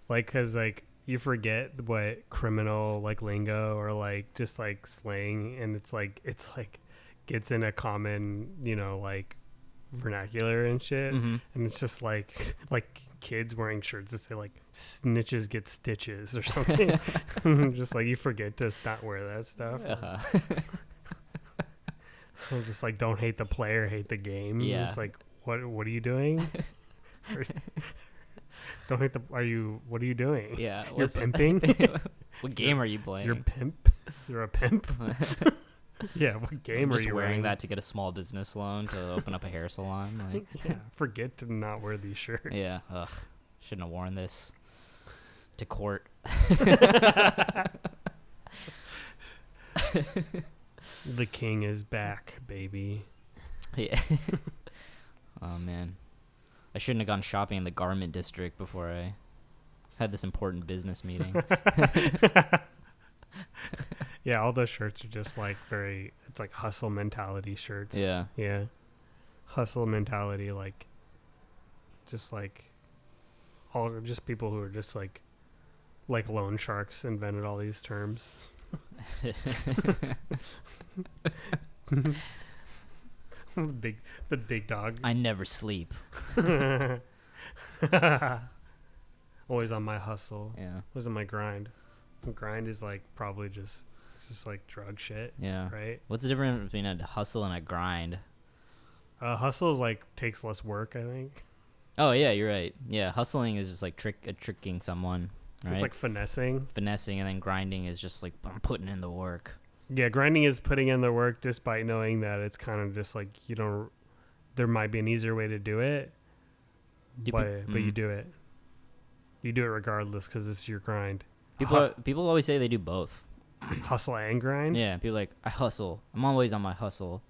[SPEAKER 1] like, cause like you forget what criminal like lingo or like just like slang, and it's like it's like gets in a common you know like vernacular and shit.
[SPEAKER 2] hmm
[SPEAKER 1] and it's just like like kids wearing shirts that say like snitches get stitches or something just like you forget to not wear that stuff
[SPEAKER 2] Uh-huh.
[SPEAKER 1] Or just like don't hate the player hate the game
[SPEAKER 2] Yeah.
[SPEAKER 1] it's like what what are you doing Are you- don't hate the are you what are you doing
[SPEAKER 2] yeah.
[SPEAKER 1] you're
[SPEAKER 2] what's-
[SPEAKER 1] pimping
[SPEAKER 2] what game are you playing?
[SPEAKER 1] you're a pimp you're a pimp yeah what game
[SPEAKER 2] I'm
[SPEAKER 1] are
[SPEAKER 2] just
[SPEAKER 1] you
[SPEAKER 2] wearing, that to get a small business loan to open up a hair salon. Like,
[SPEAKER 1] yeah forget to not wear these shirts
[SPEAKER 2] yeah, ugh, shouldn't have worn this to court.
[SPEAKER 1] the king is back baby
[SPEAKER 2] Yeah. oh man, I shouldn't have gone shopping in the garment district before I had this important business meeting.
[SPEAKER 1] yeah, all those shirts are just like very. It's like hustle mentality shirts.
[SPEAKER 2] yeah.
[SPEAKER 1] Yeah. Hustle mentality, like, just like, all just people who are just like, like loan sharks invented all these terms. big, the big dog.
[SPEAKER 2] I never sleep.
[SPEAKER 1] Always on my hustle.
[SPEAKER 2] Yeah.
[SPEAKER 1] Always on my grind. Grind is like probably just, it's just like drug shit,
[SPEAKER 2] Yeah.
[SPEAKER 1] right?
[SPEAKER 2] What's the difference between a hustle and a grind?
[SPEAKER 1] Uh, hustle is like takes less work, I think.
[SPEAKER 2] Oh yeah, you're right. Yeah, hustling is just like trick uh, tricking someone, right?
[SPEAKER 1] It's like finessing.
[SPEAKER 2] finessing and then grinding is just like I'm putting in the work.
[SPEAKER 1] Yeah, grinding is putting in the work despite knowing that it's kind of just like you don't. There might be an easier way to do it,
[SPEAKER 2] Do
[SPEAKER 1] but
[SPEAKER 2] peop-
[SPEAKER 1] but you
[SPEAKER 2] mm.
[SPEAKER 1] do it. You do it regardless because it's your grind.
[SPEAKER 2] People are- people always say they do both.
[SPEAKER 1] Hustle and grind.
[SPEAKER 2] Yeah, people are like I hustle. I'm always on my hustle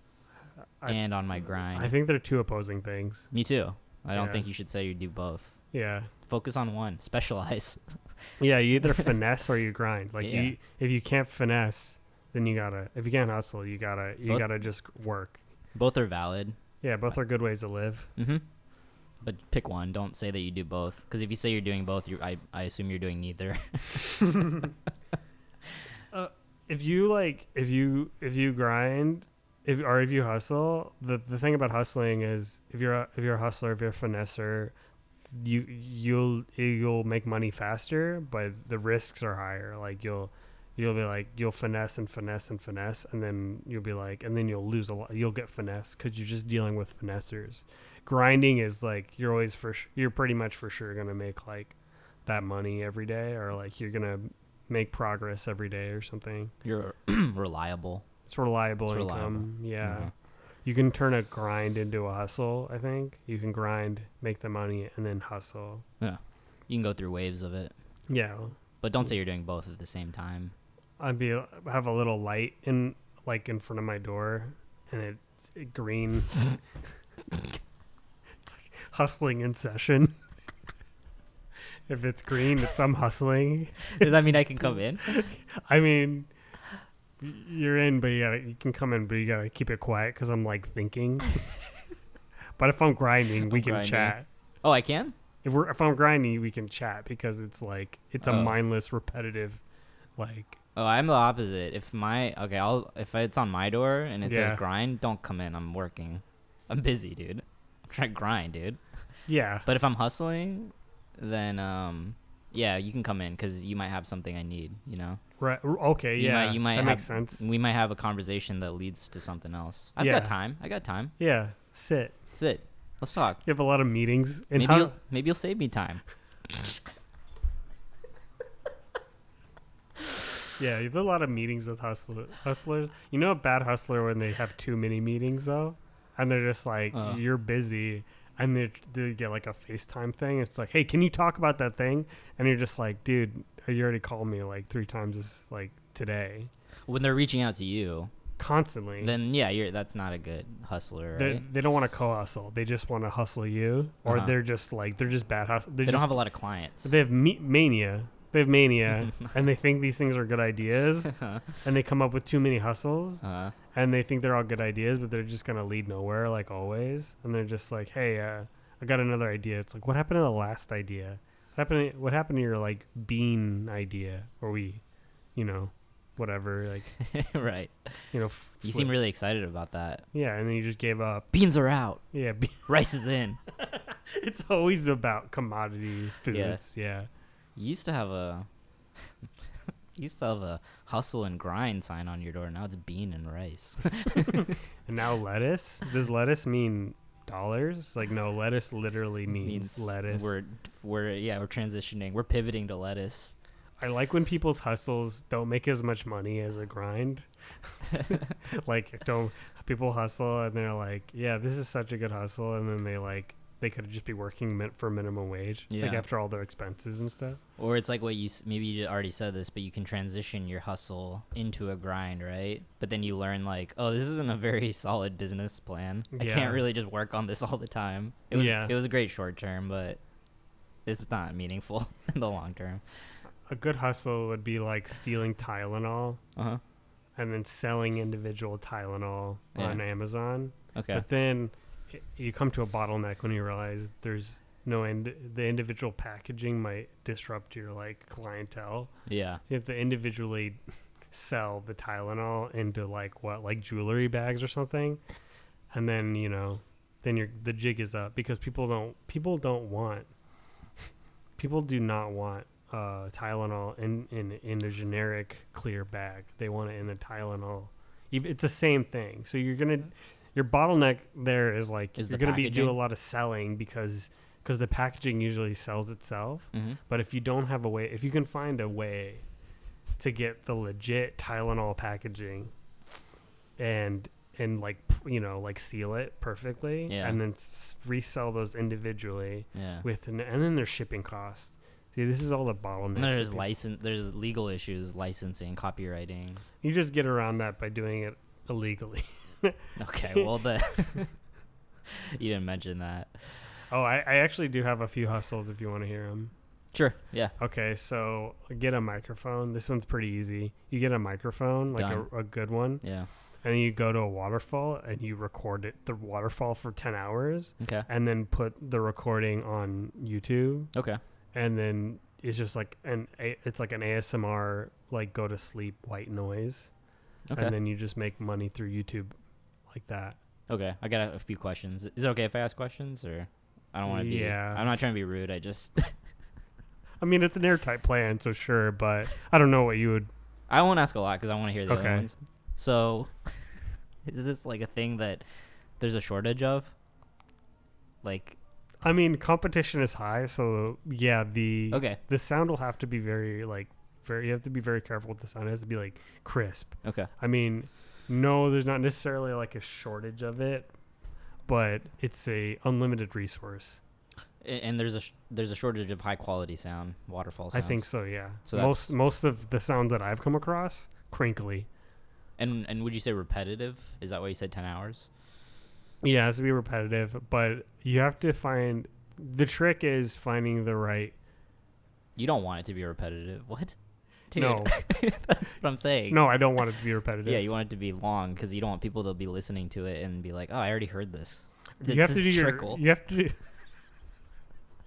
[SPEAKER 1] I-
[SPEAKER 2] and on my grind.
[SPEAKER 1] I think they're two opposing things.
[SPEAKER 2] Me too. I don't
[SPEAKER 1] Yeah.
[SPEAKER 2] think you should say you do both.
[SPEAKER 1] Yeah,
[SPEAKER 2] Focus on one. Specialize.
[SPEAKER 1] yeah. You either finesse or you grind. Like
[SPEAKER 2] Yeah.
[SPEAKER 1] you, if you can't finesse, then you gotta. If you can't hustle, you gotta. You
[SPEAKER 2] Both-
[SPEAKER 1] gotta just work.
[SPEAKER 2] both are valid.
[SPEAKER 1] Yeah, both are good ways to live.
[SPEAKER 2] Mm-hmm. But pick one. Don't say that you do both, because if you say you're doing both, you I I assume you're doing neither.
[SPEAKER 1] if you like if you if you grind if or if you hustle the the thing about hustling is if you're a, if you're a hustler if you're a finesser you you'll you'll make money faster but the risks are higher like you'll you'll be like you'll finesse and finesse and finesse and then you'll be like and then you'll lose a lot you'll get finesse because you're just dealing with finessers grinding is like you're always for sh- you're pretty much for sure gonna make like that money every day or like you're gonna make progress every day or something
[SPEAKER 2] You're reliable.
[SPEAKER 1] it's reliable
[SPEAKER 2] It's reliable.
[SPEAKER 1] income. Yeah.
[SPEAKER 2] Mhm.
[SPEAKER 1] You can turn a grind into a hustle, I think. You can grind, make the money, and then hustle.
[SPEAKER 2] You can go through waves of it,
[SPEAKER 1] Yeah.
[SPEAKER 2] but don't say you're doing both at the same time.
[SPEAKER 1] I'd be have a little light in like in front of my door and it's green. it's like hustling in session. if it's green, it's I'm hustling.
[SPEAKER 2] Does that mean I can come in?
[SPEAKER 1] I mean y- you're in, but you gotta you can come in, but you gotta keep it quiet because I'm like thinking. but if I'm grinding, we
[SPEAKER 2] I'm
[SPEAKER 1] can
[SPEAKER 2] grinding.
[SPEAKER 1] chat.
[SPEAKER 2] Oh, I can.
[SPEAKER 1] if we're if I'm grinding, we can chat because it's like it's a
[SPEAKER 2] Oh.
[SPEAKER 1] mindless, repetitive, like
[SPEAKER 2] Oh, I'm the opposite. If my okay, I'll if it's on my door and it
[SPEAKER 1] Yeah.
[SPEAKER 2] says grind, don't come in. I'm working. I'm busy, dude. I'm trying to grind, dude.
[SPEAKER 1] yeah,
[SPEAKER 2] But if I'm hustling, then um, yeah, you can come in because you might have something I need. You know,
[SPEAKER 1] right? Okay,
[SPEAKER 2] You
[SPEAKER 1] yeah,
[SPEAKER 2] might- you might
[SPEAKER 1] that
[SPEAKER 2] have-
[SPEAKER 1] makes sense.
[SPEAKER 2] we might have a conversation that leads to something else. I've
[SPEAKER 1] Yeah.
[SPEAKER 2] got time. I got time.
[SPEAKER 1] Yeah, sit.
[SPEAKER 2] Sit. Let's talk.
[SPEAKER 1] You have a lot of meetings, and
[SPEAKER 2] maybe
[SPEAKER 1] how-
[SPEAKER 2] you'll, maybe you'll save me time.
[SPEAKER 1] yeah, you have a lot of meetings with hustler, hustlers. You know, a bad hustler when they have too many meetings though, and they're just like,
[SPEAKER 2] Uh.
[SPEAKER 1] "You're busy," and they they get like a FaceTime thing. It's like, "Hey, can you talk about that thing?" And you're just like, "Dude, you already called me like three times this like today,
[SPEAKER 2] When they're reaching out to you,
[SPEAKER 1] constantly."
[SPEAKER 2] then yeah, you're that's not a good hustler.
[SPEAKER 1] They
[SPEAKER 2] Right?
[SPEAKER 1] they don't want to co hustle. They just want to hustle you, or
[SPEAKER 2] Uh-huh.
[SPEAKER 1] they're just like they're just bad hustle.
[SPEAKER 2] They
[SPEAKER 1] They're
[SPEAKER 2] don't
[SPEAKER 1] just,
[SPEAKER 2] have a lot of clients.
[SPEAKER 1] they have me- mania. They have mania, and they think these things are good ideas,
[SPEAKER 2] Uh-huh.
[SPEAKER 1] and they come up with too many hustles,
[SPEAKER 2] uh,
[SPEAKER 1] and they think they're all good ideas, but they're just gonna lead nowhere, like always. And they're just like, "Hey, uh, I got another idea." It's like, "What happened to the last idea? What happened? To, what happened to your like bean idea, or we, you know, whatever? Like,
[SPEAKER 2] right.
[SPEAKER 1] you know, f-
[SPEAKER 2] You
[SPEAKER 1] flip-
[SPEAKER 2] seem really excited about that.
[SPEAKER 1] yeah." And then you just gave up.
[SPEAKER 2] Beans are out.
[SPEAKER 1] Yeah, be-
[SPEAKER 2] Rice is in.
[SPEAKER 1] it's always about commodity
[SPEAKER 2] Yeah.
[SPEAKER 1] foods. Yeah.
[SPEAKER 2] You used to have a. you used to have a hustle and grind sign on your door. Now it's bean and rice.
[SPEAKER 1] And now lettuce. Does lettuce mean dollars? Like no, lettuce literally means, lettuce.
[SPEAKER 2] We're we're yeah we're transitioning. We're pivoting to lettuce.
[SPEAKER 1] I like when people's hustles don't make as much money as a grind. like don't people hustle and they're like, yeah, this is such a good hustle, and then they like they could just be working min- for minimum wage, like
[SPEAKER 2] Yeah.
[SPEAKER 1] after all their expenses and stuff.
[SPEAKER 2] Or it's like what you s- maybe you already said this, but you can transition your hustle into a grind, right? But then you learn like, oh, this isn't a very solid business plan. I
[SPEAKER 1] Yeah.
[SPEAKER 2] can't really just work on this all the time. It was
[SPEAKER 1] Yeah.
[SPEAKER 2] it was a great short term, but it's not meaningful in the long term.
[SPEAKER 1] A good hustle would be like stealing Tylenol
[SPEAKER 2] Uh huh.
[SPEAKER 1] and then selling individual Tylenol
[SPEAKER 2] Yeah.
[SPEAKER 1] on Amazon.
[SPEAKER 2] Okay.
[SPEAKER 1] But then i- you come to a bottleneck when you realize there's no end. The individual packaging might disrupt your like clientele.
[SPEAKER 2] yeah.
[SPEAKER 1] You have to individually sell the Tylenol into like what, like jewelry bags or something, and then you know, then your the jig is up because people don't people don't want people do not want uh, Tylenol in in in a generic clear bag. They want it in the Tylenol. Ev- It's the same thing. So you're gonna your bottleneck there is like
[SPEAKER 2] Is
[SPEAKER 1] you're
[SPEAKER 2] the
[SPEAKER 1] gonna be do a
[SPEAKER 2] packaging?
[SPEAKER 1] lot of selling because because the packaging usually sells itself.
[SPEAKER 2] hmm
[SPEAKER 1] But if you don't have a way, if you can find a way to get the legit Tylenol packaging and and like p- you know like seal it perfectly
[SPEAKER 2] Yeah.
[SPEAKER 1] and then s- resell those individually
[SPEAKER 2] Yeah.
[SPEAKER 1] with an, and then there's shipping costs. See, this is all the
[SPEAKER 2] And
[SPEAKER 1] bottlenecks. that
[SPEAKER 2] there's
[SPEAKER 1] peop-
[SPEAKER 2] license. There's legal issues, licensing, copywriting.
[SPEAKER 1] you just get around that by doing it illegally.
[SPEAKER 2] Okay. Well, the you didn't mention that.
[SPEAKER 1] Oh, I, I actually do have a few hustles if you want to hear them.
[SPEAKER 2] Sure. Yeah.
[SPEAKER 1] Okay, so get a microphone. This one's pretty easy. You get a microphone, like a,
[SPEAKER 2] Done.
[SPEAKER 1] a good one,
[SPEAKER 2] Yeah.
[SPEAKER 1] and then you go to a waterfall and you record it the waterfall for 10 hours
[SPEAKER 2] Okay.
[SPEAKER 1] and then put the recording on YouTube
[SPEAKER 2] Okay.
[SPEAKER 1] and then is just like an A- it's like an ASMR like go to sleep white noise,
[SPEAKER 2] Okay.
[SPEAKER 1] and then you just make money through YouTube like that.
[SPEAKER 2] okay. I got a, a few questions. Is it okay if I ask questions or I don't want to be
[SPEAKER 1] Yeah.
[SPEAKER 2] I'm not trying to be rude. I just
[SPEAKER 1] I mean, it's an airtight plan, so sure, but I don't know what you would.
[SPEAKER 2] I won't ask a lot because I want to hear the
[SPEAKER 1] Okay.
[SPEAKER 2] other ones. So, is this like a thing that there's a shortage of? Like,
[SPEAKER 1] I mean, competition is high, so yeah, the
[SPEAKER 2] okay,
[SPEAKER 1] the sound will have to be very like very. You have to be very careful with the sound. It has to be like crisp.
[SPEAKER 2] okay,
[SPEAKER 1] I mean, no, there's not necessarily like a shortage of it, but it's a unlimited resource.
[SPEAKER 2] A- and there's a sh- there's a shortage of high quality sound, waterfall sounds.
[SPEAKER 1] I think so. Yeah.
[SPEAKER 2] So
[SPEAKER 1] most
[SPEAKER 2] that's-
[SPEAKER 1] most of the sounds that I've come across crinkly.
[SPEAKER 2] And and would you say repetitive? Is that why you said ten hours?
[SPEAKER 1] Yeah, it has to be repetitive, but you have to find. The trick is finding the right.
[SPEAKER 2] You don't want it to be repetitive. What? Dude,
[SPEAKER 1] No,
[SPEAKER 2] that's what I'm saying.
[SPEAKER 1] no, I don't want it to be repetitive.
[SPEAKER 2] Yeah, you want it to be long because you don't want people to be listening to it and be like, "Oh, I already heard this."
[SPEAKER 1] you have
[SPEAKER 2] It's-
[SPEAKER 1] to do
[SPEAKER 2] it's
[SPEAKER 1] your.
[SPEAKER 2] trickle.
[SPEAKER 1] You have to. Do,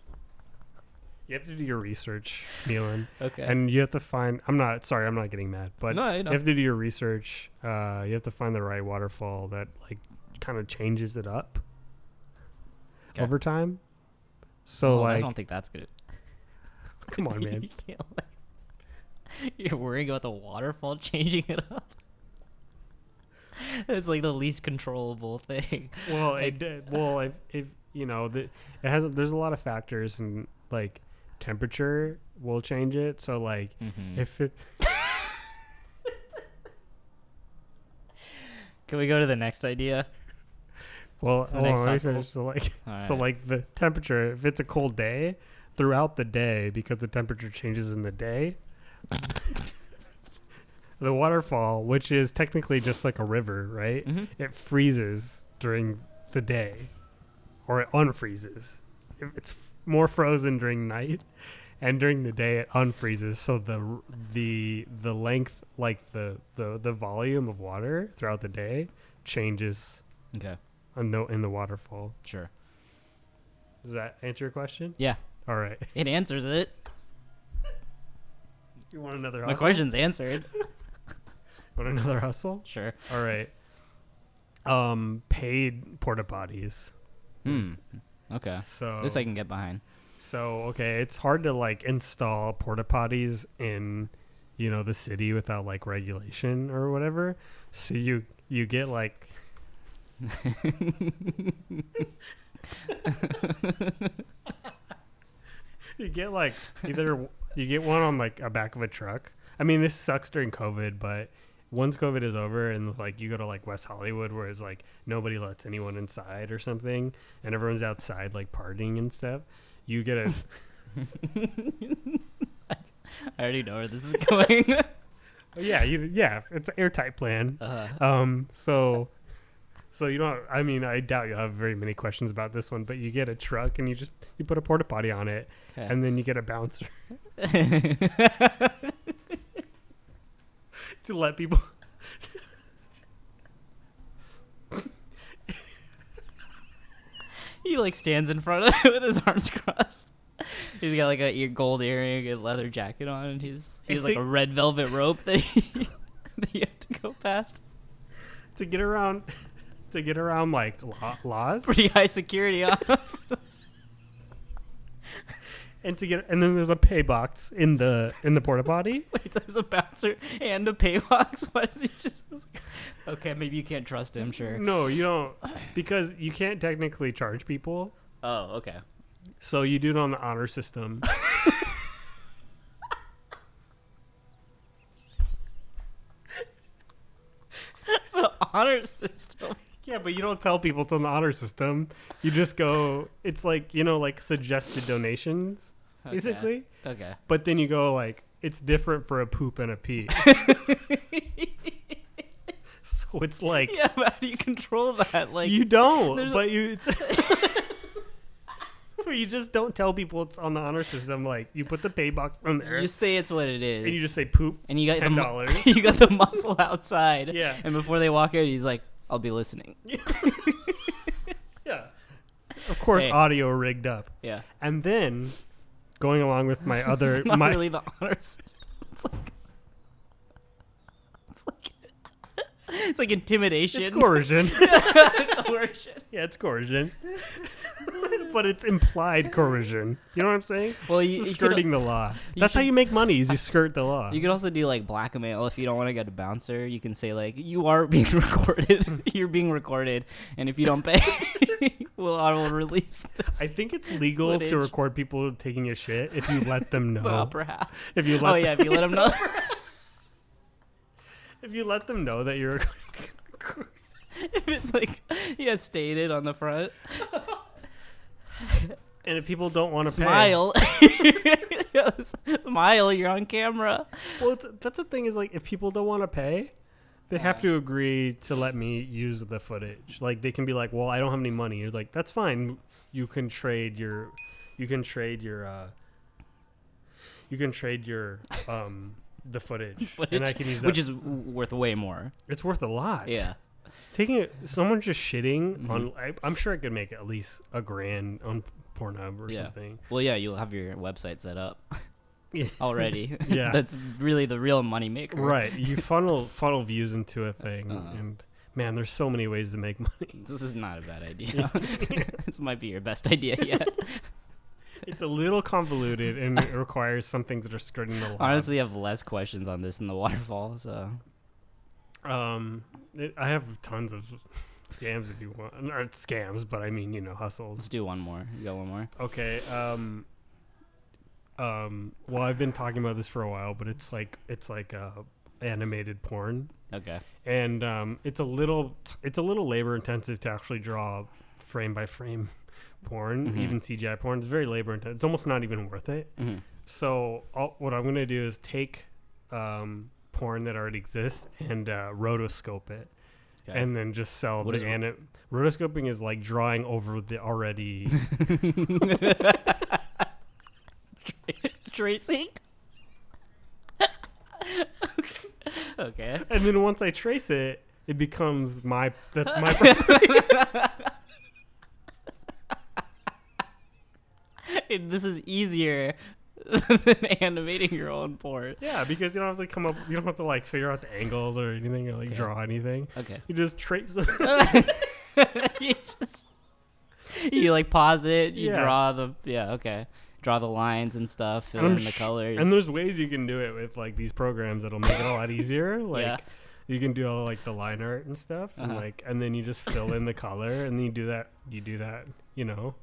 [SPEAKER 1] you have to do your research, Neelan,
[SPEAKER 2] Okay.
[SPEAKER 1] and you have to find. I'm not sorry. I'm not getting mad, but
[SPEAKER 2] no, I know.
[SPEAKER 1] you have to do your research. Uh, you have to find the right waterfall that like kind of changes it up
[SPEAKER 2] 'Kay.
[SPEAKER 1] over time. So
[SPEAKER 2] Well, I
[SPEAKER 1] like,
[SPEAKER 2] don't think that's good.
[SPEAKER 1] come on, man.
[SPEAKER 2] You can't, like- You're worrying about the waterfall changing it up. It's like the least controllable thing.
[SPEAKER 1] Well,
[SPEAKER 2] Like-
[SPEAKER 1] it did. Well, if, if you know, the, it has. There's a lot of factors, and like temperature will change it. So like,
[SPEAKER 2] Mm-hmm. Mm.
[SPEAKER 1] if it,
[SPEAKER 2] Can we go to the next idea?
[SPEAKER 1] well,
[SPEAKER 2] The
[SPEAKER 1] hold
[SPEAKER 2] next
[SPEAKER 1] on, let
[SPEAKER 2] possible-
[SPEAKER 1] me finish. so like, so
[SPEAKER 2] Alright.
[SPEAKER 1] like the temperature. If it's a cold day, throughout the day, because the temperature changes in the day. The waterfall, which is technically just like a river, right?
[SPEAKER 2] Mhm.
[SPEAKER 1] It freezes during the day, or it unfreezes. It- It's f- more frozen during night, and during the day it unfreezes. So the r- the the length, like the the the volume of water throughout the day, changes
[SPEAKER 2] Okay,
[SPEAKER 1] on the in the waterfall.
[SPEAKER 2] sure.
[SPEAKER 1] Does that answer your question?
[SPEAKER 2] Yeah,
[SPEAKER 1] All right.
[SPEAKER 2] it answers it.
[SPEAKER 1] You want another
[SPEAKER 2] My
[SPEAKER 1] hustle?
[SPEAKER 2] question's answered.
[SPEAKER 1] Want another hustle?
[SPEAKER 2] Sure.
[SPEAKER 1] All right. Um, paid porta potties.
[SPEAKER 2] Hmm. Oh. Okay.
[SPEAKER 1] So
[SPEAKER 2] This I can get behind.
[SPEAKER 1] So okay, it's hard to like install porta potties in, you know, the city without like regulation or whatever. So you you get like you get like either you get one on like a back of a truck. I mean, this sucks during COVID, but once COVID is over and like you go to like West Hollywood where it's like nobody lets anyone inside or something, and everyone's outside like partying and stuff. You get a
[SPEAKER 2] I already know where this is going.
[SPEAKER 1] Oh, yeah you yeah it's an airtight plan.
[SPEAKER 2] uh,
[SPEAKER 1] Um, so, so you don't. I mean, I doubt you'll have very many questions about this one, but you get a truck and you just you put a porta potty on it,
[SPEAKER 2] okay.
[SPEAKER 1] and then you get a bouncer to let people.
[SPEAKER 2] He like stands in front of it with his arms crossed. He's got like a ear- gold earring and leather jacket on, and he's he has
[SPEAKER 1] It's
[SPEAKER 2] like
[SPEAKER 1] a-
[SPEAKER 2] a red velvet rope that he that you have to go past.
[SPEAKER 1] to get around to get around like law, laws
[SPEAKER 2] Pretty high security on. him.
[SPEAKER 1] and to get and then there's a pay box in the in the porta potty
[SPEAKER 2] Wait, there's a bouncer and a pay box. Why does he just? Okay, maybe you can't trust him. Sure.
[SPEAKER 1] no you don't because you can't technically charge people
[SPEAKER 2] Oh, okay.
[SPEAKER 1] so you do it on the honor system
[SPEAKER 2] The honor system.
[SPEAKER 1] yeah but you don't tell people it's on the honor system you just go it's like you know like suggested donations
[SPEAKER 2] Okay.
[SPEAKER 1] basically
[SPEAKER 2] Okay.
[SPEAKER 1] But then you go like it's different for a poop and a pee. so it's like
[SPEAKER 2] Yeah, but how do you control that? Like
[SPEAKER 1] you don't,
[SPEAKER 2] there's a-
[SPEAKER 1] but you it's but you just don't tell people it's on the honor system. Like you put the pay box on there,
[SPEAKER 2] you just say it's what it is.
[SPEAKER 1] and you just say poop.
[SPEAKER 2] and you got the
[SPEAKER 1] ten
[SPEAKER 2] mu-
[SPEAKER 1] dollars.
[SPEAKER 2] you got the muscle outside.
[SPEAKER 1] Yeah.
[SPEAKER 2] And before they walk out, he's like, "I'll be listening."
[SPEAKER 1] yeah, of course,
[SPEAKER 2] Hey.
[SPEAKER 1] audio rigged up,
[SPEAKER 2] Yeah.
[SPEAKER 1] and then going along with my other
[SPEAKER 2] it's not
[SPEAKER 1] my
[SPEAKER 2] really the honor system. It's like, it's like, it's like intimidation.
[SPEAKER 1] it's coercion.
[SPEAKER 2] Coercion.
[SPEAKER 1] yeah, it's coercion. but it's implied coercion. You know what I'm saying?
[SPEAKER 2] Well, you, you could-
[SPEAKER 1] Skirting the law. That's how
[SPEAKER 2] should-
[SPEAKER 1] you make money. Is you skirt the law.
[SPEAKER 2] You could also do like blackmail if you don't want to get a bouncer. You can say like, "You are being recorded. You're being recorded, and if you don't pay, well, I will release this."
[SPEAKER 1] I think it's legal
[SPEAKER 2] footage.
[SPEAKER 1] to record people taking a shit if you let them know.
[SPEAKER 2] the upper half.
[SPEAKER 1] If you let
[SPEAKER 2] Oh yeah, if you let them know,
[SPEAKER 1] if you let them know that you're recording.
[SPEAKER 2] if it's like yeah stated on the front,
[SPEAKER 1] and if people don't want to
[SPEAKER 2] smile, Yes, smile. You're on camera.
[SPEAKER 1] pay, well, it's, that's the thing is like if people don't want to pay, they have to agree to let me use the footage. Like they can be like, "Well, I don't have any money." You're like, "That's fine. You can trade your, you can trade your, uh, you can trade your, um, the footage, and I
[SPEAKER 2] Which-
[SPEAKER 1] can use that.
[SPEAKER 2] which is w- worth way more.
[SPEAKER 1] it's worth a lot.
[SPEAKER 2] Yeah, Mm-hmm.
[SPEAKER 1] taking it, someone just shitting on. I, I'm sure I could make at least a grand on Pornhub or
[SPEAKER 2] yeah.
[SPEAKER 1] something.
[SPEAKER 2] Well, yeah, you'll have your website set up
[SPEAKER 1] Yeah.
[SPEAKER 2] already.
[SPEAKER 1] Yeah.
[SPEAKER 2] that's really the real money maker.
[SPEAKER 1] Right. You funnel funnel views into a thing
[SPEAKER 2] Uh-huh.
[SPEAKER 1] and man, there's so many ways to make money.
[SPEAKER 2] This is not a bad idea. this might be your best idea yet.
[SPEAKER 1] It's a little convoluted and it requires some things that are skirting the line.
[SPEAKER 2] Honestly, I have less questions on this than the waterfall. So
[SPEAKER 1] Um it- I have tons of scams if you want. Not scams, but I mean, you know, hustles.
[SPEAKER 2] let's do one more. You got one more?
[SPEAKER 1] Okay, um um well, I've been talking about this for a while, but it's like it's like uh animated porn.
[SPEAKER 2] Okay.
[SPEAKER 1] and um, it's a little it's a little labor intensive to actually draw frame by frame porn,
[SPEAKER 2] Mhm.
[SPEAKER 1] even CGI porn. It's very labor intensive. It's almost not even worth it.
[SPEAKER 2] hmm
[SPEAKER 1] So all, what I'm gonna do is take um, porn that already exists and uh, rotoscope it,
[SPEAKER 2] Okay.
[SPEAKER 1] and then just sell
[SPEAKER 2] What
[SPEAKER 1] the
[SPEAKER 2] is ro-
[SPEAKER 1] anim- rotoscoping is like drawing over the already.
[SPEAKER 2] Tracing. okay.
[SPEAKER 1] and then once I trace it, it becomes my that's my. property.
[SPEAKER 2] And this is easier than animating your own port.
[SPEAKER 1] yeah, because you don't have to come up. You don't have to like figure out the angles or anything or like
[SPEAKER 2] Okay.
[SPEAKER 1] draw anything.
[SPEAKER 2] Okay.
[SPEAKER 1] You just trace.
[SPEAKER 2] you just you like pause it. You
[SPEAKER 1] Yeah.
[SPEAKER 2] draw the yeah okay. Draw the lines and stuff. Fill
[SPEAKER 1] I'm
[SPEAKER 2] in the
[SPEAKER 1] sh-
[SPEAKER 2] colors.
[SPEAKER 1] And there's ways you can do it with like these programs that'll make it a lot easier. Like
[SPEAKER 2] Yeah.
[SPEAKER 1] you can do all like the line art and stuff, and
[SPEAKER 2] Uh-huh.
[SPEAKER 1] like and then you just fill in the color, and then you do that. You do that, you know.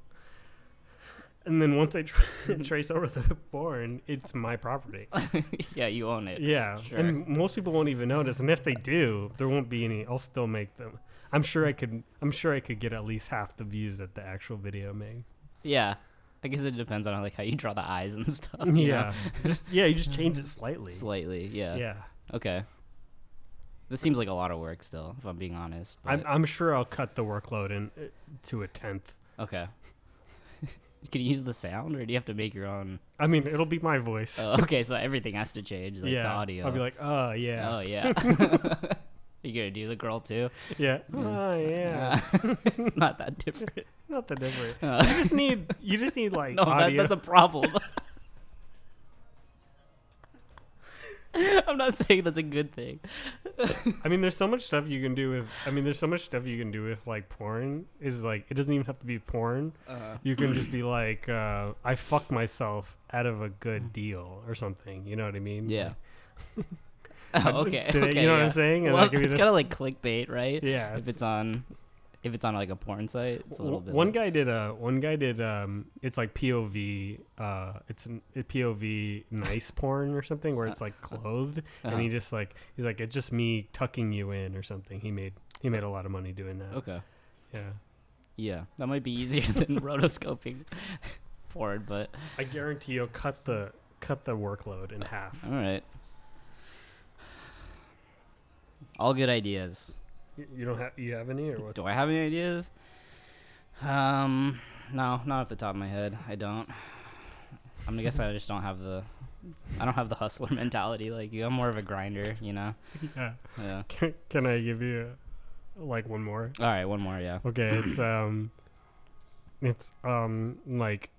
[SPEAKER 1] And then once I tra- trace over the born, it's my property.
[SPEAKER 2] yeah, you own it.
[SPEAKER 1] Yeah,
[SPEAKER 2] Sure.
[SPEAKER 1] and most people won't even notice, and if they do, there won't be any. I'll still make them. I'm sure I could. I'm sure I could get at least half the views that the actual video made.
[SPEAKER 2] Yeah. I guess it depends on like how you draw the eyes and stuff.
[SPEAKER 1] Yeah,
[SPEAKER 2] you know?
[SPEAKER 1] just yeah, you just change it slightly.
[SPEAKER 2] Slightly. Yeah.
[SPEAKER 1] yeah.
[SPEAKER 2] Okay. This seems like a lot of work still, if I'm being honest.
[SPEAKER 1] I'm,
[SPEAKER 2] but-
[SPEAKER 1] I'm sure I'll cut the workload in uh, to a tenth.
[SPEAKER 2] okay. Can you use the sound, or do you have to make your own?
[SPEAKER 1] I mean, it'll be my voice.
[SPEAKER 2] Oh, okay, so everything has to change, like
[SPEAKER 1] yeah,
[SPEAKER 2] the audio.
[SPEAKER 1] I'll be like, oh yeah,
[SPEAKER 2] Oh yeah. you gonna do the girl too?
[SPEAKER 1] yeah,
[SPEAKER 2] Mm-hmm.
[SPEAKER 1] oh yeah.
[SPEAKER 2] Uh, it's not that different.
[SPEAKER 1] Not that different.
[SPEAKER 2] Uh,
[SPEAKER 1] You just need you just need like
[SPEAKER 2] no, that,
[SPEAKER 1] audio.
[SPEAKER 2] that's a problem. I'm not saying that's a good thing.
[SPEAKER 1] I mean, there's so much stuff you can do with. I mean, there's so much stuff you can do with like porn. Is like it doesn't even have to be porn. You can just be like, uh, I fucked myself out of a good deal or something. You know what I mean?
[SPEAKER 2] Mm. yeah. Oh,
[SPEAKER 1] I'd
[SPEAKER 2] okay.
[SPEAKER 1] say that-
[SPEAKER 2] okay,
[SPEAKER 1] you know what
[SPEAKER 2] yeah.
[SPEAKER 1] I'm saying? And
[SPEAKER 2] Well,
[SPEAKER 1] that could be
[SPEAKER 2] it's
[SPEAKER 1] just-
[SPEAKER 2] kind of like clickbait, right?
[SPEAKER 1] Yeah.
[SPEAKER 2] If it's on, if it's on like a porn site, it's a little
[SPEAKER 1] W-
[SPEAKER 2] bit.
[SPEAKER 1] One
[SPEAKER 2] like-
[SPEAKER 1] guy did a one guy did um it's like POV uh it's an a POV nice porn or something where it's like clothed and he
[SPEAKER 2] uh-huh.
[SPEAKER 1] just like he's like it's just me tucking you in or something. He made he made a lot of money doing that.
[SPEAKER 2] Okay.
[SPEAKER 1] Yeah.
[SPEAKER 2] Yeah, that might be easier than rotoscoping porn, but
[SPEAKER 1] I guarantee you'll cut the cut the workload in half.
[SPEAKER 2] all right. All good ideas.
[SPEAKER 1] You, you don't have you have any or what's
[SPEAKER 2] Do I have any ideas? Um, no, not off the top of my head. I don't. I'm gonna guess I just don't have the, I don't have the hustler mentality like you. I'm more of a grinder, you know.
[SPEAKER 1] Yeah.
[SPEAKER 2] Yeah.
[SPEAKER 1] Can, can I give you like one more?
[SPEAKER 2] All right, one more. Yeah.
[SPEAKER 1] Okay, it's um, it's um like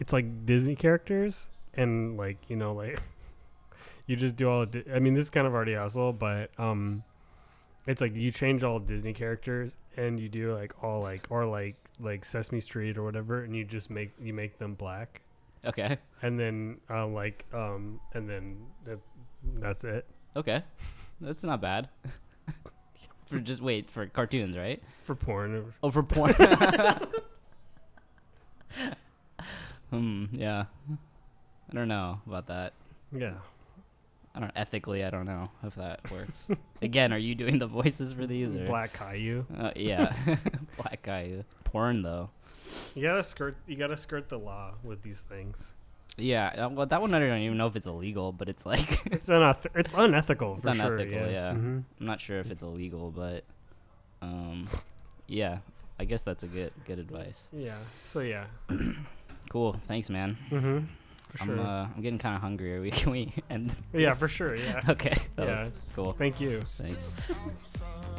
[SPEAKER 1] it's like Disney characters and like you know like you just do all. Di- I mean, this is kind of already hustle, but um, it's like you change all Disney characters and you do like all like or like like Sesame Street or whatever, and you just make you make them black,
[SPEAKER 2] Okay.
[SPEAKER 1] and then uh, like um, and then that, that's it
[SPEAKER 2] Okay. That's not bad. for just wait for cartoons, right?
[SPEAKER 1] for porn. or-
[SPEAKER 2] Oh, for porn. hmm. Yeah. I don't know about that.
[SPEAKER 1] Yeah.
[SPEAKER 2] I don't ethically. I don't know if that works. Again, are you doing the voices for these? Or?
[SPEAKER 1] Black Caillou.
[SPEAKER 2] Uh, yeah. Black guy. uh, Porn though.
[SPEAKER 1] You gotta skirt. You gotta skirt the law with these things.
[SPEAKER 2] Yeah. uh, Well, that one I don't even know if it's illegal, but it's like
[SPEAKER 1] It's uneth- It's unethical.
[SPEAKER 2] It's
[SPEAKER 1] for sure,
[SPEAKER 2] unethical, yeah.
[SPEAKER 1] Mhm.
[SPEAKER 2] I'm not sure if it's illegal, but um, yeah. I guess that's a good good advice.
[SPEAKER 1] Yeah. So yeah.
[SPEAKER 2] Cool. Thanks, man.
[SPEAKER 1] Mm-hmm. For
[SPEAKER 2] I'm
[SPEAKER 1] sure.
[SPEAKER 2] uh, I'm getting kind of hungry. Are we can we end?
[SPEAKER 1] yeah,
[SPEAKER 2] this?
[SPEAKER 1] for sure. Yeah.
[SPEAKER 2] Okay. That
[SPEAKER 1] yeah.
[SPEAKER 2] was cool.
[SPEAKER 1] Thank you.
[SPEAKER 2] Thanks.
[SPEAKER 3] outside.